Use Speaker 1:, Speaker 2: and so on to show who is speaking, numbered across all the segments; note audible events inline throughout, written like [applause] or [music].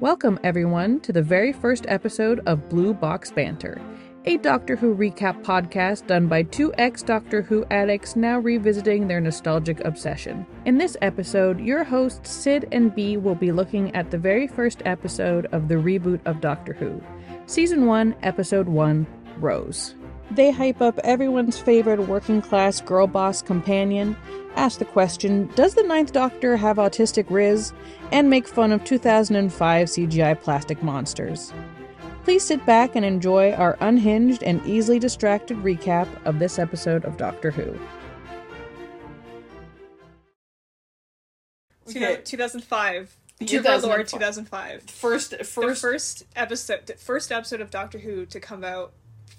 Speaker 1: Welcome, everyone, to the very first episode of Blue Box Banter, a Doctor Who recap podcast done by two ex Doctor Who addicts now revisiting their nostalgic obsession. In this episode, your hosts Sid and B will be looking at the very first episode of the reboot of Doctor Who, Season 1, Episode 1 Rose. They hype up everyone's favorite working class girl boss companion, ask the question, Does the Ninth Doctor have autistic Riz? and make fun of 2005 CGI plastic monsters. Please sit back and enjoy our unhinged and easily distracted recap of this episode of Doctor Who.
Speaker 2: Two- 2005. The
Speaker 3: 2005.
Speaker 2: Lord 2005.
Speaker 3: first
Speaker 2: The
Speaker 3: first
Speaker 2: first episode, the first episode of Doctor Who to come out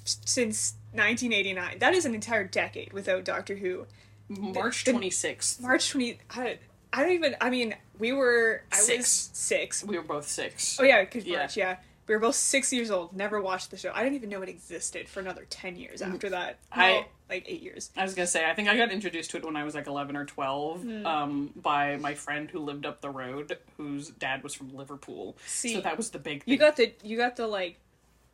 Speaker 2: since 1989. That is an entire decade without Doctor Who.
Speaker 3: March
Speaker 2: the-
Speaker 3: 26th.
Speaker 2: March 20. I, I don't even. I mean, we were. I was
Speaker 3: Six.
Speaker 2: six.
Speaker 3: We were both six.
Speaker 2: Oh yeah, because
Speaker 3: Yeah.
Speaker 2: March. Yeah, we were both six years old. Never watched the show. I didn't even know it existed for another ten years after that.
Speaker 3: Mm. I-
Speaker 2: Well, like eight years.
Speaker 3: I was gonna say, I think I got introduced to it when I was like eleven or twelve,
Speaker 2: Hmm.
Speaker 3: um, by my friend who lived up the road, whose dad was from Liverpool.
Speaker 2: See,
Speaker 3: so that was the big thing.
Speaker 2: You got the you got the like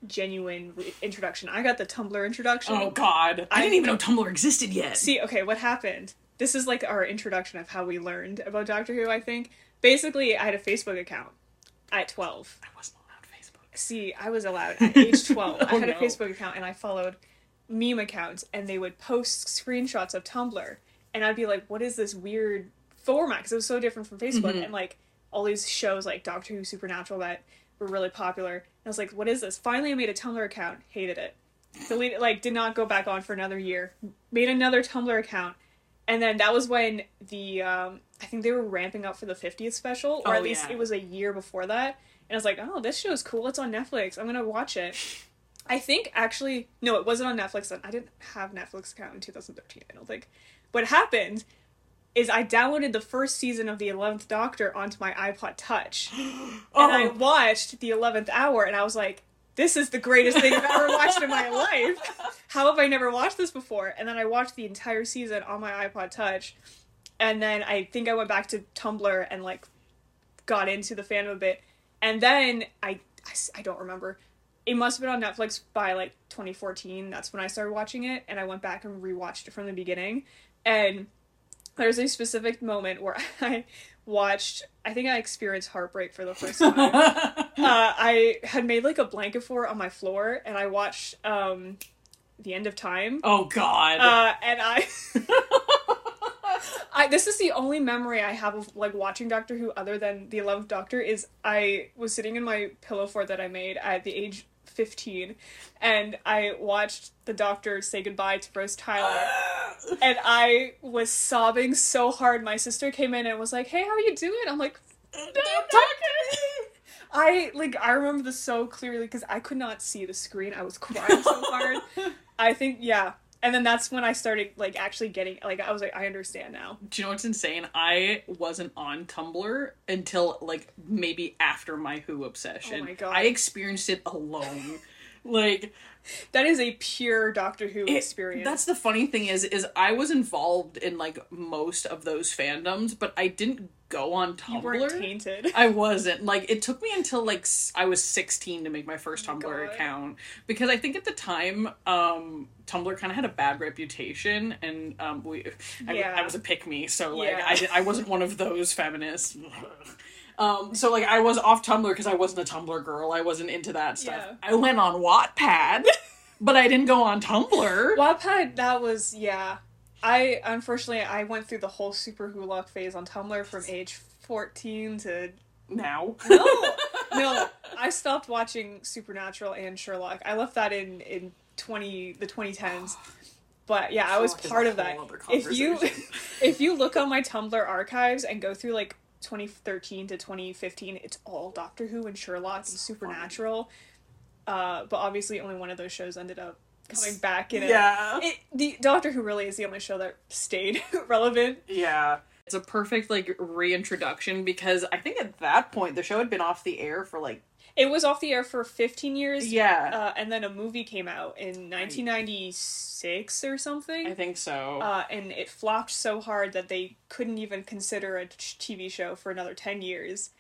Speaker 2: genuine re- introduction. I got the Tumblr introduction.
Speaker 3: oh God, I, didn't even know Tumblr existed yet.
Speaker 2: See, okay, what happened? This is like our introduction of how we learned about Doctor Who, I think. Basically, I had a Facebook account at 12.
Speaker 3: I wasn't allowed
Speaker 2: See, I was allowed at
Speaker 3: [laughs]
Speaker 2: age 12. I
Speaker 3: Oh,
Speaker 2: had a
Speaker 3: no.
Speaker 2: Facebook account and I followed meme accounts and they would post screenshots of Tumblr and I'd be like, "What is this weird format?" cuz it was so different from Facebook
Speaker 3: Mm-hmm.
Speaker 2: and like all these shows like Doctor Who, Supernatural that were really popular. And I was like, "What is this?" Finally, I made a Tumblr account, hated it. Deleted like did not go back on for another year. Made another Tumblr account. And then that was when the um I think they were ramping up for the 50th special or
Speaker 3: Oh,
Speaker 2: at least
Speaker 3: yeah.
Speaker 2: it was a year before that. And I was like, "Oh, this show's cool. It's on Netflix. I'm going to watch
Speaker 3: [laughs]
Speaker 2: it." I think actually no, it wasn't on Netflix then. I didn't have Netflix account in 2013. I don't think. What happened is I downloaded the first season of the Eleventh Doctor onto my iPod Touch, and I
Speaker 3: Facebook.
Speaker 2: watched the Eleventh Hour, and I was like, "This is the greatest thing I've ever watched in my life. How have I never watched this before?" And then I watched the entire season on my iPod Touch, and then I think I went back to Tumblr and like got into the fandom a bit, and then I I s- I don't remember. It must have been on Netflix by like 2014. That's when I started watching it, and I went back and rewatched it from the beginning. And there's a specific moment where [laughs] I watched. I think I experienced heartbreak for the first time
Speaker 3: Oh God.
Speaker 2: uh, I had made like a blanket for it on my floor, and I watched um, the end of time.
Speaker 3: oh God.
Speaker 2: Uh, and I, [laughs] I, this is the only memory I have of like watching Doctor Who other than the Eleventh Doctor is I was sitting in my pillow fort that I made at the age fifteen, and I watched the Doctor say goodbye to Rose
Speaker 3: [laughs]
Speaker 2: Tyler and I was sobbing so hard. My sister came in and was like, "Hey, how are you doing?" I'm like, "I'm not good." I like I remember this so clearly because I could not see the screen. I was crying
Speaker 3: [laughs]
Speaker 2: so hard. I think yeah. And then that's when I started like actually getting like I was like I understand now.
Speaker 3: Do you know what's insane? I wasn't on Tumblr until like maybe after my Who obsession.
Speaker 2: Oh my God.
Speaker 3: I experienced it alone. like
Speaker 2: That is a pure Doctor Who
Speaker 3: it-
Speaker 2: experience.
Speaker 3: That's the funny thing is is I was involved in like most of those fandoms, but I didn't go on
Speaker 2: you weren't
Speaker 3: Tumblr.
Speaker 2: tainted.
Speaker 3: I wasn't. Like it took me until like s- I was 16 to make my first Tumblr
Speaker 2: Oh God.
Speaker 3: account because I think at the time um Tumblr kind of had a bad reputation and um we I, w-
Speaker 2: Yeah.
Speaker 3: I was a pick me so like
Speaker 2: Yeah.
Speaker 3: I di- I wasn't one of those feminists. Um, so like I was off Tumblr because I wasn't a Tumblr girl. I wasn't into that stuff.
Speaker 2: Yeah.
Speaker 3: I went on Wattpad,
Speaker 2: [laughs]
Speaker 3: but I didn't go on Tumblr.
Speaker 2: Wattpad that was yeah. I unfortunately I went through the whole Super Who Lock phase on Tumblr from age 14 to
Speaker 3: now.
Speaker 2: No, no. I stopped watching Supernatural and Sherlock. I left that in in twenty the twenty tens. But yeah, I was
Speaker 3: Sherlock is a
Speaker 2: part of
Speaker 3: whole
Speaker 2: that.
Speaker 3: other
Speaker 2: If you
Speaker 3: conversation. [laughs]
Speaker 2: [laughs] if you look on my Tumblr archives and go through like 2013 to 2015, it's all Doctor Who and Sherlock and Supernatural. Uh, but obviously, only one of those shows ended up coming back in it.
Speaker 3: yeah.
Speaker 2: It, the Doctor Who really is the only show that stayed [laughs] relevant.
Speaker 3: [laughs] Yeah. It's a perfect like reintroduction because I think at that point the show had been off the air for like
Speaker 2: It was off the air for 15 years.
Speaker 3: yeah,
Speaker 2: uh, and then a movie came out in 1996 or
Speaker 3: I
Speaker 2: something.
Speaker 3: think so.
Speaker 2: Uh, and it flopped so hard that they couldn't even consider a t- TV show for another 10 years.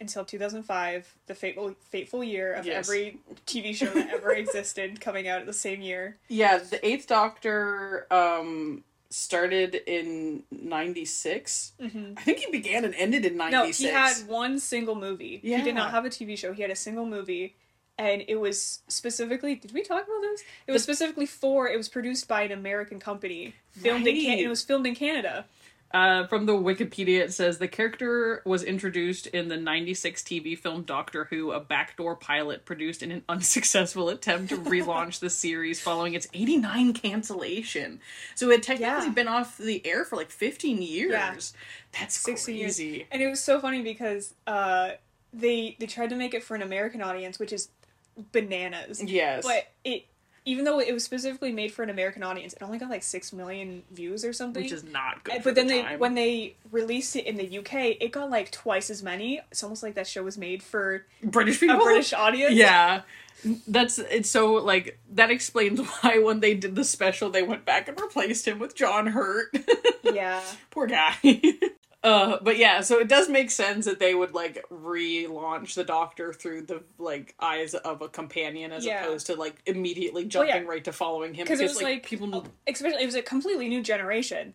Speaker 2: until 2005, the fateful fateful year of
Speaker 3: Yes.
Speaker 2: every TV show that
Speaker 3: [laughs]
Speaker 2: ever existed coming out at the same year.
Speaker 3: Yeah, the Eighth Doctor um started in 96. I think he began and ended in 96.
Speaker 2: Mm-hmm. No, he had one single movie. He did
Speaker 3: Yeah.
Speaker 2: not have a TV show. He had a single movie, and it was specifically. Did we talk about this? It was specifically for. It was produced by an American company. Filmed in
Speaker 3: Right.
Speaker 2: Can- It was filmed in Canada.
Speaker 3: Uh, from the Wikipedia, it says the character was introduced in the 96 TV film Doctor Who, a backdoor pilot produced in an unsuccessful
Speaker 2: [laughs]
Speaker 3: attempt to relaunch the series following its 89 cancellation. So it had technically
Speaker 2: Yeah.
Speaker 3: been off the air for like 15 years.
Speaker 2: Yeah.
Speaker 3: That's
Speaker 2: 16 years.
Speaker 3: crazy.
Speaker 2: And it was so funny because uh, they they tried to make it for an American audience, which is bananas.
Speaker 3: Yes.
Speaker 2: But it. Even though it was specifically made for an American audience, it only got like six million views or something.
Speaker 3: which is not good.
Speaker 2: And-
Speaker 3: for
Speaker 2: but then
Speaker 3: the
Speaker 2: they
Speaker 3: time.
Speaker 2: when they released it in the UK, it got like twice as many. It's almost like that show was made for
Speaker 3: British
Speaker 2: a
Speaker 3: people,
Speaker 2: British audience.
Speaker 3: [laughs] yeah, that's it's so like that explains [laughs] why when they did the special, they went back and replaced him with John Hurt.
Speaker 2: [laughs]
Speaker 3: [laughs]
Speaker 2: Yeah.
Speaker 3: Poor guy. [laughs] uh, but yeah, so it does make sense that they would like relaunch the Doctor through the like eyes of a companion as
Speaker 2: Yeah.
Speaker 3: opposed to like immediately
Speaker 2: Well,
Speaker 3: jumping
Speaker 2: yeah.
Speaker 3: right to following him
Speaker 2: Because it was like, oh,
Speaker 3: people. Mm-hmm.
Speaker 2: especially it was a completely new generation.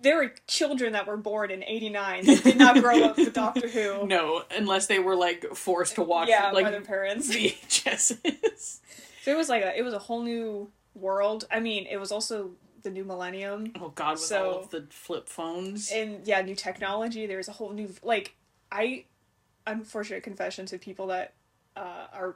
Speaker 2: There were children that were born in '89 that did not grow up with Doctor Who.
Speaker 3: [laughs] No, unless they were like forced to watch
Speaker 2: yeah, by their
Speaker 3: like
Speaker 2: parents.
Speaker 3: VHSs. [laughs]
Speaker 2: So it was like a, it was a whole new world. I mean, it was also the new millennium,
Speaker 3: Oh God, with
Speaker 2: So-
Speaker 3: all of the flip phones.
Speaker 2: and yeah, new technology. There was a whole new like I, unfortunate confession to people that. Uh, are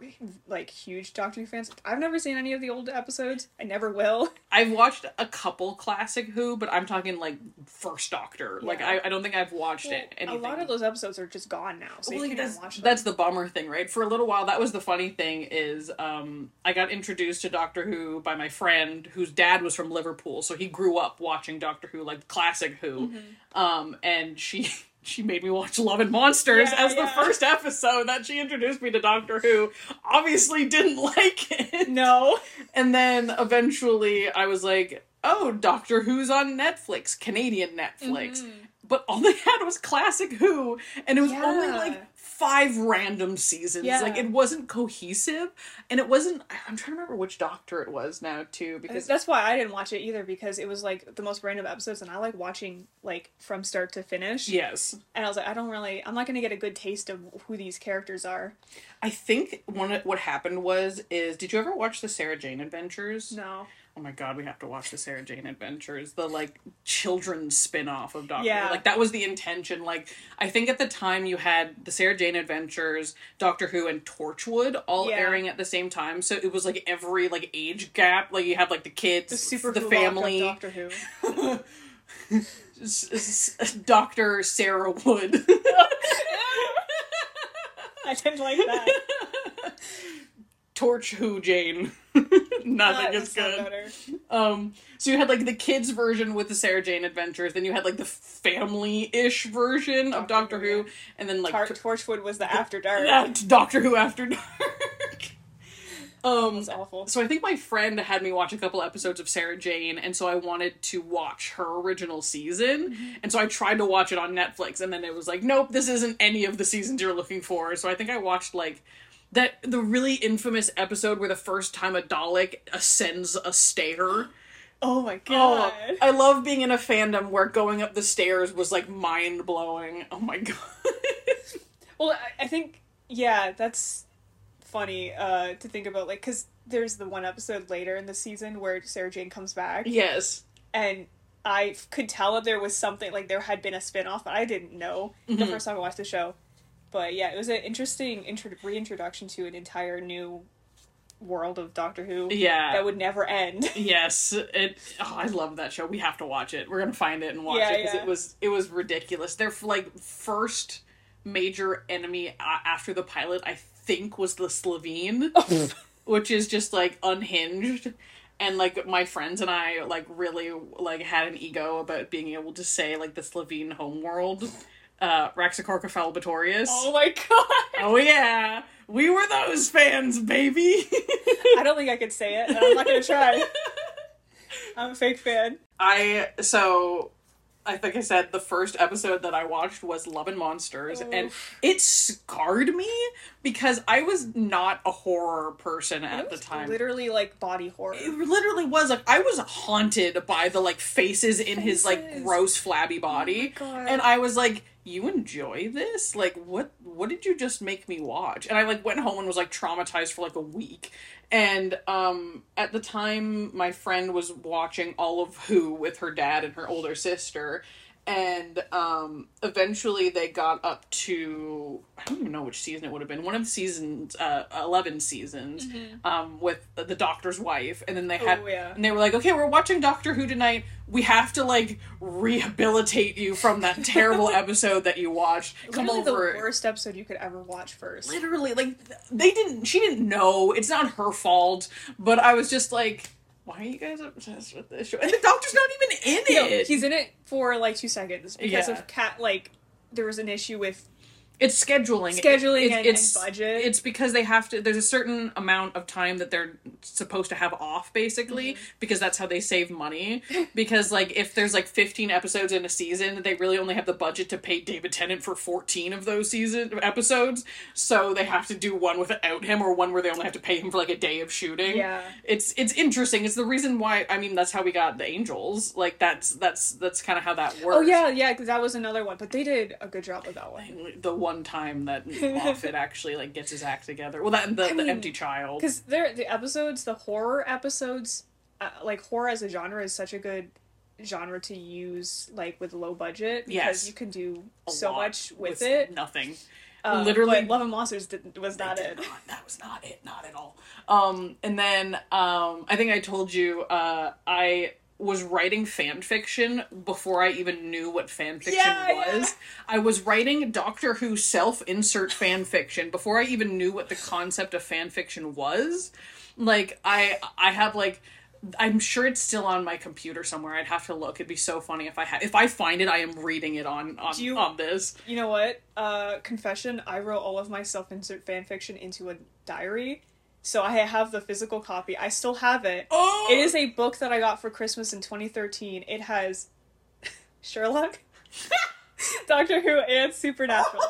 Speaker 2: like huge Doctor Who fans. I've never seen any of the old episodes. I never will.
Speaker 3: I've watched a couple classic Who, but I'm talking like First Doctor. Like
Speaker 2: Yeah.
Speaker 3: I, I don't think I've watched it.
Speaker 2: a
Speaker 3: Anything.
Speaker 2: lot of those episodes are just gone now, so
Speaker 3: Well,
Speaker 2: you
Speaker 3: like,
Speaker 2: can't
Speaker 3: that's,
Speaker 2: even watch them.
Speaker 3: that's the bummer thing, right? For a little while, that was the funny thing is um, I got introduced to Doctor Who by my friend whose dad was from Liverpool, so he grew up watching Doctor Who, like classic Who,
Speaker 2: Mm-hmm.
Speaker 3: um, and she. [laughs] She made me watch Love and Monsters
Speaker 2: Yeah,
Speaker 3: as the
Speaker 2: yeah.
Speaker 3: first episode that she introduced me to Doctor Who. Obviously, didn't [laughs] like it.
Speaker 2: no.
Speaker 3: And then eventually I was like, oh, Doctor Who's on Netflix, Canadian Netflix.
Speaker 2: Mm-hmm.
Speaker 3: But all they had was classic Who, and it was only
Speaker 2: Yeah.
Speaker 3: like five random seasons.
Speaker 2: Yeah.
Speaker 3: Like it wasn't cohesive, and it wasn't. I- I'm trying to remember which Doctor it was now too, because
Speaker 2: That's why I didn't watch it either because it was like the most random episodes, and I like watching like from start to finish.
Speaker 3: yes,
Speaker 2: And I was like, I don't really, I'm not gonna get a good taste of who these characters are.
Speaker 3: I think one of- what happened was is did you ever watch the Sarah Jane Adventures?
Speaker 2: No.
Speaker 3: Oh my god, we have to watch the Sarah Jane Adventures, the like children's spin-off of Doctor.
Speaker 2: Yeah.
Speaker 3: Who. Like that was the intention. Like I think at the time you had the Sarah Jane Adventures, Doctor Who and Torchwood all
Speaker 2: Yeah.
Speaker 3: airing at the same time. So it was like every like age gap, like you have like the kids,
Speaker 2: The super
Speaker 3: the
Speaker 2: Who
Speaker 3: family,
Speaker 2: lockup Doctor Who.
Speaker 3: s- s- Dr. Sarah Wood.
Speaker 2: [laughs] [laughs] I didn't like that.
Speaker 3: Torch Who Jane. [laughs]
Speaker 2: That
Speaker 3: Nothing is
Speaker 2: was so
Speaker 3: good.
Speaker 2: better.
Speaker 3: Um, so you had like the kids version with the Sarah Jane Adventures, then you had like the family-ish version of Doctor
Speaker 2: Doctor Who,
Speaker 3: Who, and then like
Speaker 2: Tar-
Speaker 3: [laughs]
Speaker 2: Torchwood was the After Dark.
Speaker 3: uh, Doctor Who After Dark. [laughs] um,
Speaker 2: It's awful.
Speaker 3: so I think my friend had me watch a couple episodes of Sarah Jane, and so I wanted to watch her original season, and so I tried to watch it on Netflix, and then it was like, nope, this isn't any of the seasons you're looking for. So I think I watched like that the really infamous episode where the first time a Dalek ascends a stair.
Speaker 2: Oh my
Speaker 3: Oh,
Speaker 2: god.
Speaker 3: I love being in a fandom where going up the stairs was like mind blowing. Oh my god. [laughs]
Speaker 2: Well, I- I think yeah, that's funny uh, to think about, like, because there's the one episode later in the season where Sarah Jane comes back,
Speaker 3: yes.
Speaker 2: and I f- could tell that there was something like there had been a spin off, but I didn't know the first time I watched the show. But yeah, it was an interesting intro- reintroduction to an entire new world of Doctor Who
Speaker 3: Yeah.
Speaker 2: that would never end.
Speaker 3: Yes, it. Oh, I love that show. We have to watch it. We're gonna find it and watch
Speaker 2: Yeah,
Speaker 3: it because
Speaker 2: yeah.
Speaker 3: it was it was ridiculous. Their like first major enemy a- after the pilot, I think, was
Speaker 2: [laughs]
Speaker 3: the Slovene, which is just like unhinged. And like my friends and I like really like had an ego about being able to say like the Slovene homeworld, uh, Raxicorca falibatorius.
Speaker 2: oh my god!
Speaker 3: oh yeah, we were those fans, baby. [laughs]
Speaker 2: I don't think I could say it, and I'm not gonna try. I'm a fake fan.
Speaker 3: I so I think I said the first episode that I watched was Love and Monsters, and it scarred me because I was not a horror person at the
Speaker 2: It's
Speaker 3: time.
Speaker 2: Literally like body horror.
Speaker 3: it literally was like I was haunted by the like faces in his like
Speaker 2: Faces.
Speaker 3: gross flabby body,
Speaker 2: Oh my God.
Speaker 3: and I was like, "You enjoy this? Like, what? What did you just make me watch?" And I like went home and was like traumatized for like a week. And um, at the time, my friend was watching all of Who with her dad and her older sister, and um, eventually they got up to I don't even know which season it would have been one of the seasons, uh, eleven seasons, um, with the doctor's wife, and then they had
Speaker 2: Mm-hmm. Oh, yeah.
Speaker 3: and they were like, okay, we're watching Doctor Who tonight. We have to like rehabilitate you from
Speaker 2: [laughs]
Speaker 3: that terrible episode that you watched. Come
Speaker 2: Literally
Speaker 3: over.
Speaker 2: the worst episode you could ever watch first.
Speaker 3: Literally, like th- they didn't. She didn't know. It's not her fault. But I was just like, why are you guys obsessed with this show? And the Doctor's not even in
Speaker 2: No,
Speaker 3: it.
Speaker 2: he's in it for like two seconds because
Speaker 3: Yeah.
Speaker 2: of cat. Like there was an issue with
Speaker 3: It's scheduling.
Speaker 2: Scheduling
Speaker 3: It-
Speaker 2: and- and budget.
Speaker 3: It's because they have to. There's a certain amount of time that they're supposed to have off, basically,
Speaker 2: Mm-hmm.
Speaker 3: because that's how they save
Speaker 2: [laughs]
Speaker 3: money. because like if there's like 15 episodes in a season, they really only have the budget to pay David Tennant for 14 of those season episodes. So they have to do one without him, or one where they only have to pay him for like a day of shooting.
Speaker 2: Yeah.
Speaker 3: It's it's interesting. It's the reason why. I mean, that's how we got the Angels. Like that's that's that's kind of how that works
Speaker 2: oh yeah yeah 'cause that was another one, but they did a good job with that one.
Speaker 3: the one time that
Speaker 2: [laughs]
Speaker 3: Moffat actually like gets his act together. Well, that and the, the
Speaker 2: mean,
Speaker 3: empty child.
Speaker 2: Because there, the episodes, the horror episodes, uh, like horror as a genre is such a good genre to use, like with low budget, because
Speaker 3: Yes.
Speaker 2: you can do
Speaker 3: a
Speaker 2: so
Speaker 3: lot
Speaker 2: much with, it.
Speaker 3: nothing.
Speaker 2: Um,
Speaker 3: Literally,
Speaker 2: but Love and Monsters did, was
Speaker 3: I
Speaker 2: not
Speaker 3: did
Speaker 2: it.
Speaker 3: not- that was not it. Not at all. Um, and then um, I think I told you uh, I was writing fan fiction before I even knew what fan fiction
Speaker 2: Yeah, yeah.
Speaker 3: was. I was writing Doctor Who self-insert fan fiction before I even knew what the concept of fan fiction was. Like I I have like I'm sure it's still on my computer somewhere. I'd have to look. It'd be so funny if I ha- if I find it. I am reading it on on,
Speaker 2: Do you-
Speaker 3: on this.
Speaker 2: You know what? Uh, confession: I wrote all of my self-insert fanfiction into a diary, so I have the physical copy. I still have it.
Speaker 3: Oh,
Speaker 2: It is a book that I got for Christmas in 2013. It has [laughs] Sherlock, [laughs] Doctor Who, and
Speaker 3: [laughs]
Speaker 2: Supernatural.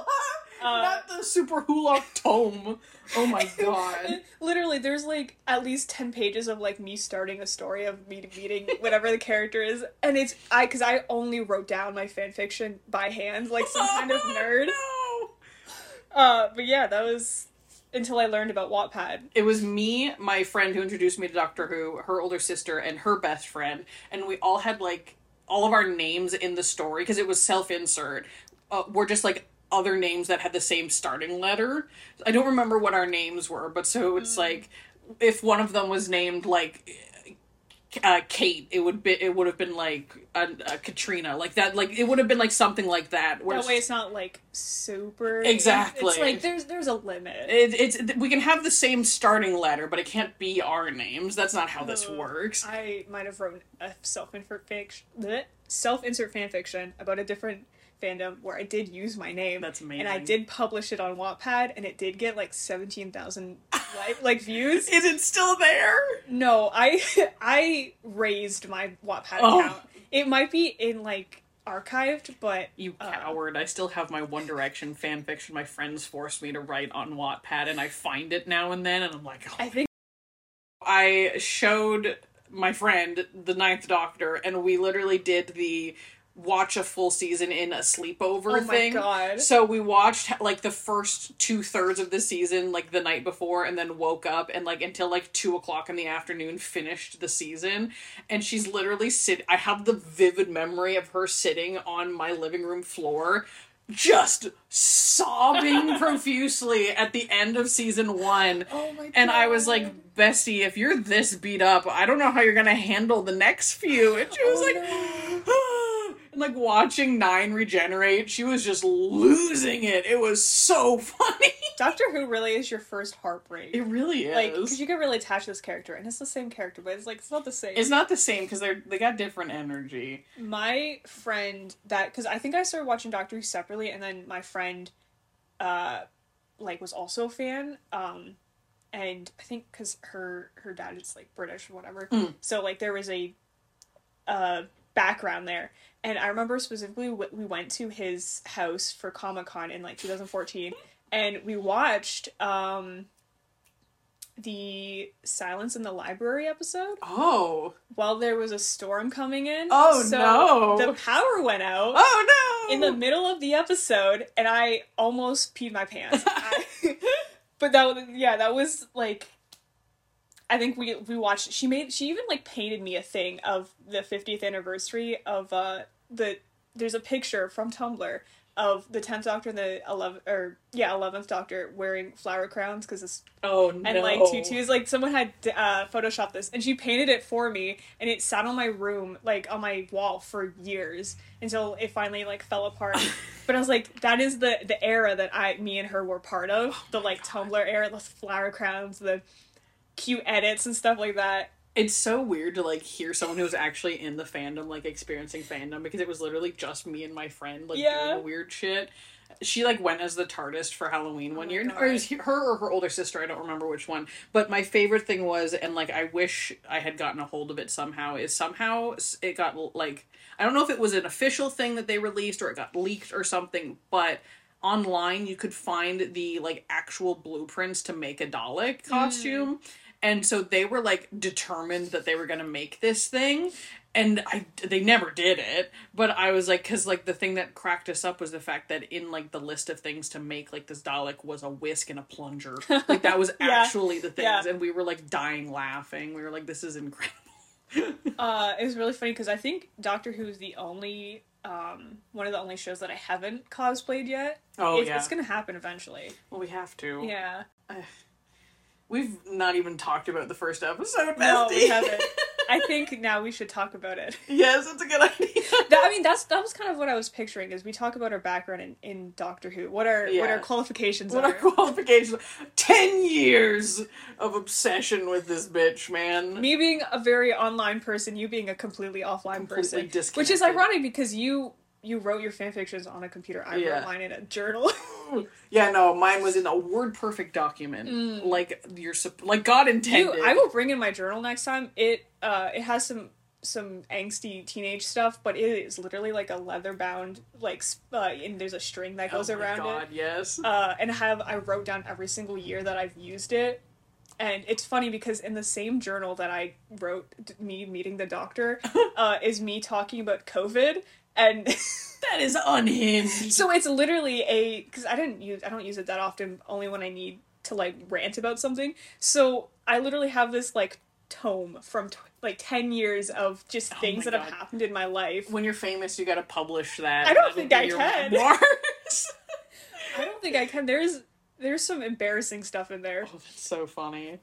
Speaker 3: Uh, Not the Super Hulock tome. Oh [laughs] my god.
Speaker 2: Literally, there's like at least ten pages of like me starting a story of me meeting whatever the character is, and it's I because I only wrote down my fan fiction by hand, like some kind
Speaker 3: [laughs]
Speaker 2: of nerd.
Speaker 3: No.
Speaker 2: Uh, but yeah, that was until I learned about Wattpad.
Speaker 3: It was me, my friend who introduced me to Doctor Who, her older sister, and her best friend, and we all had like all of our names in the story because it was self insert. Uh, were just like other names that had the same starting letter. I don't remember what our names were, but so it's like if one of them was named like uh, Kate, it would be it would have been like uh, uh, Katrina, like that, like it would have been like something like that. where
Speaker 2: That way, it's not like super.
Speaker 3: Exactly.
Speaker 2: It's like there's there's a limit.
Speaker 3: It, it's th- we can have the same starting letter, but it can't be our names. That's not how this works.
Speaker 2: I might have written a self insert fanfiction, self insert fanfiction about a different fandom where I did use my name.
Speaker 3: That's
Speaker 2: And I
Speaker 3: amazing.
Speaker 2: did publish it on Wattpad, and it did get like seventeen
Speaker 3: [laughs]
Speaker 2: thousand like like views.
Speaker 3: Is it still there?
Speaker 2: No, I [laughs] I raised my Wattpad
Speaker 3: Oh.
Speaker 2: account. It might be in like archived, but
Speaker 3: You coward! I still have my One Direction fan fiction. My friends forced me to write on Wattpad, and I find it now and then, and I'm like, oh.
Speaker 2: I think
Speaker 3: I showed my friend the Ninth Doctor, and we literally did the watch a full season in a sleepover
Speaker 2: Oh my
Speaker 3: thing.
Speaker 2: God.
Speaker 3: So we watched like the first two thirds of the season like the night before, and then woke up and like until like two o'clock in the afternoon finished the season. And she's literally sit. I have the vivid memory of her sitting on my living room floor. Just
Speaker 2: [laughs]
Speaker 3: sobbing profusely at the end of season one.
Speaker 2: Oh my
Speaker 3: And I was
Speaker 2: God.
Speaker 3: like, Bestie, if you're this beat up, I don't know how you're gonna handle the next few. And she
Speaker 2: Oh
Speaker 3: was like, "Ah." and like watching Nine regenerate, she was just losing it. It was so [laughs] funny.
Speaker 2: Doctor Who really is your first heartbreak.
Speaker 3: It really is.
Speaker 2: like because you get really attached to this character and it's the same character but it's like it's not the same
Speaker 3: it's not the same because they're they got different energy.
Speaker 2: my friend that because i think i started watching doctor who separately and then my friend uh like was also a fan um and i think because her her dad is like british or whatever so like there was a uh background there. And I remember specifically w- we went to his house for Comic Con in like 2014, and we watched um, the Silence in the Library episode
Speaker 3: Oh.
Speaker 2: while there was a storm coming in.
Speaker 3: Oh,
Speaker 2: so
Speaker 3: no.
Speaker 2: The power went out
Speaker 3: Oh no.
Speaker 2: in the middle of the episode and I almost peed my
Speaker 3: [laughs]
Speaker 2: pants. I- [laughs] but that was- yeah, that was like I think we we watched she made she even like painted me a thing of the 50th anniversary of uh the there's a picture from Tumblr of the 10th doctor and the 11th or yeah 11th doctor wearing flower crowns because it's
Speaker 3: Oh no.
Speaker 2: and like tutus. Like someone had uh, photoshopped this, and she painted it for me, and it sat on my room, like on my wall, for years until it finally like fell
Speaker 3: [laughs]
Speaker 2: apart. but I was like, that is the the era that I, me and her were part of,
Speaker 3: Oh
Speaker 2: the like Tumblr era, the flower crowns, the cute edits and stuff like that.
Speaker 3: It's so weird to like hear someone who's actually in the fandom like experiencing fandom because it was literally just me and my friend like
Speaker 2: Yeah.
Speaker 3: doing weird shit. She like went as the TARDIS for Halloween one
Speaker 2: Oh my
Speaker 3: year,
Speaker 2: God.
Speaker 3: or it was her or her older sister. I don't remember which one. But my favorite thing was, and like I wish I had gotten a hold of it somehow. Is somehow s- it got like I don't know if it was an official thing that they released or it got leaked or something, but online you could find the like actual blueprints to make a Dalek
Speaker 2: Hmm.
Speaker 3: costume. And so they were like determined that they were going to make this thing and I they never did it, but I was like cuz like the thing that cracked us up was the fact that in like the list of things to make like this Dalek was a whisk and
Speaker 2: [laughs]
Speaker 3: a plunger. Like that was
Speaker 2: Yeah.
Speaker 3: actually the things
Speaker 2: Yeah.
Speaker 3: and we were like dying laughing. We were like this is incredible.
Speaker 2: Uh, it was really funny because I think Doctor Who is the only um one of the only shows that I haven't cosplayed yet.
Speaker 3: Oh,
Speaker 2: It's-
Speaker 3: yeah. Oh.
Speaker 2: it's gonna happen eventually.
Speaker 3: Well, we have to.
Speaker 2: Yeah.
Speaker 3: We've not even talked about the first episode, bestie.
Speaker 2: No, we haven't. I think now we should talk about it.
Speaker 3: [laughs] yes, that's a good idea.
Speaker 2: [laughs] That, I mean, that's that was kind of what I was picturing. Is we talk about our background in, in Doctor Who, what our what
Speaker 3: Yeah.
Speaker 2: our qualifications
Speaker 3: What
Speaker 2: are.
Speaker 3: are qualifications? Ten years of obsession with this bitch, man.
Speaker 2: Me being a very online person, you being a completely offline person,
Speaker 3: Completely
Speaker 2: which
Speaker 3: disconnected.
Speaker 2: is ironic because you you wrote your fan fictions on a computer. I
Speaker 3: Yeah.
Speaker 2: wrote mine in a
Speaker 3: [laughs]
Speaker 2: journal.
Speaker 3: yeah, no, mine was in a word perfect document, like you're sup- like God
Speaker 2: Mm. you,
Speaker 3: intended.
Speaker 2: I will bring in my journal next time. It uh it has some some angsty teenage stuff, but it is literally like a leather bound like sp- uh, and there's a string that
Speaker 3: Oh
Speaker 2: goes
Speaker 3: my
Speaker 2: around it.
Speaker 3: God, yes.
Speaker 2: uh, and have I wrote down every single year that I've used it. And it's funny because in the same journal that I wrote d- me meeting the
Speaker 3: [laughs]
Speaker 2: doctor uh, is me talking about COVID, and [laughs]
Speaker 3: that is unhinged.
Speaker 2: so it's literally a because I didn't use I don't use it that often only when I need to like rant about something. So I literally have this like tome from t- like ten years of just things
Speaker 3: Oh my
Speaker 2: that have
Speaker 3: God.
Speaker 2: happened in my life.
Speaker 3: [laughs] When you're famous, you gotta publish that.
Speaker 2: I don't
Speaker 3: That'll
Speaker 2: think
Speaker 3: be
Speaker 2: I
Speaker 3: your [laughs]
Speaker 2: can.
Speaker 3: memoirs.
Speaker 2: I don't think I can. There's there's some embarrassing stuff in there.
Speaker 3: Oh, that's so funny.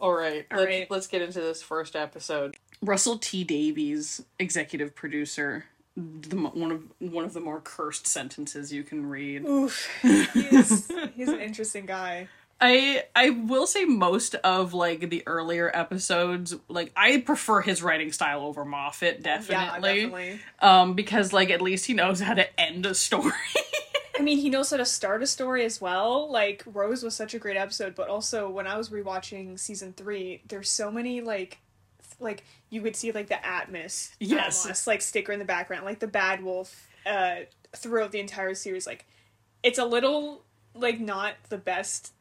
Speaker 3: All right,
Speaker 2: All
Speaker 3: let's,
Speaker 2: right.
Speaker 3: let's get into this first episode. Russell T Davies, executive producer, the, mo- one of one of the more cursed sentences you can read.
Speaker 2: Oof, he's he's an interesting guy.
Speaker 3: I I will say most of like the earlier episodes, like I prefer his writing style over Moffat Oh, definitely,
Speaker 2: Yeah, definitely.
Speaker 3: um because like at least he knows how to end a story. [laughs]
Speaker 2: I mean, he knows how to start a story as well. Like Rose was such a great episode, but also when I was rewatching season three, there's so many like, th- like you would see like the Atmos,
Speaker 3: Yes.
Speaker 2: Atmos, like sticker in the background, like the Bad Wolf, uh, throughout the entire series. Like, it's a little like not the best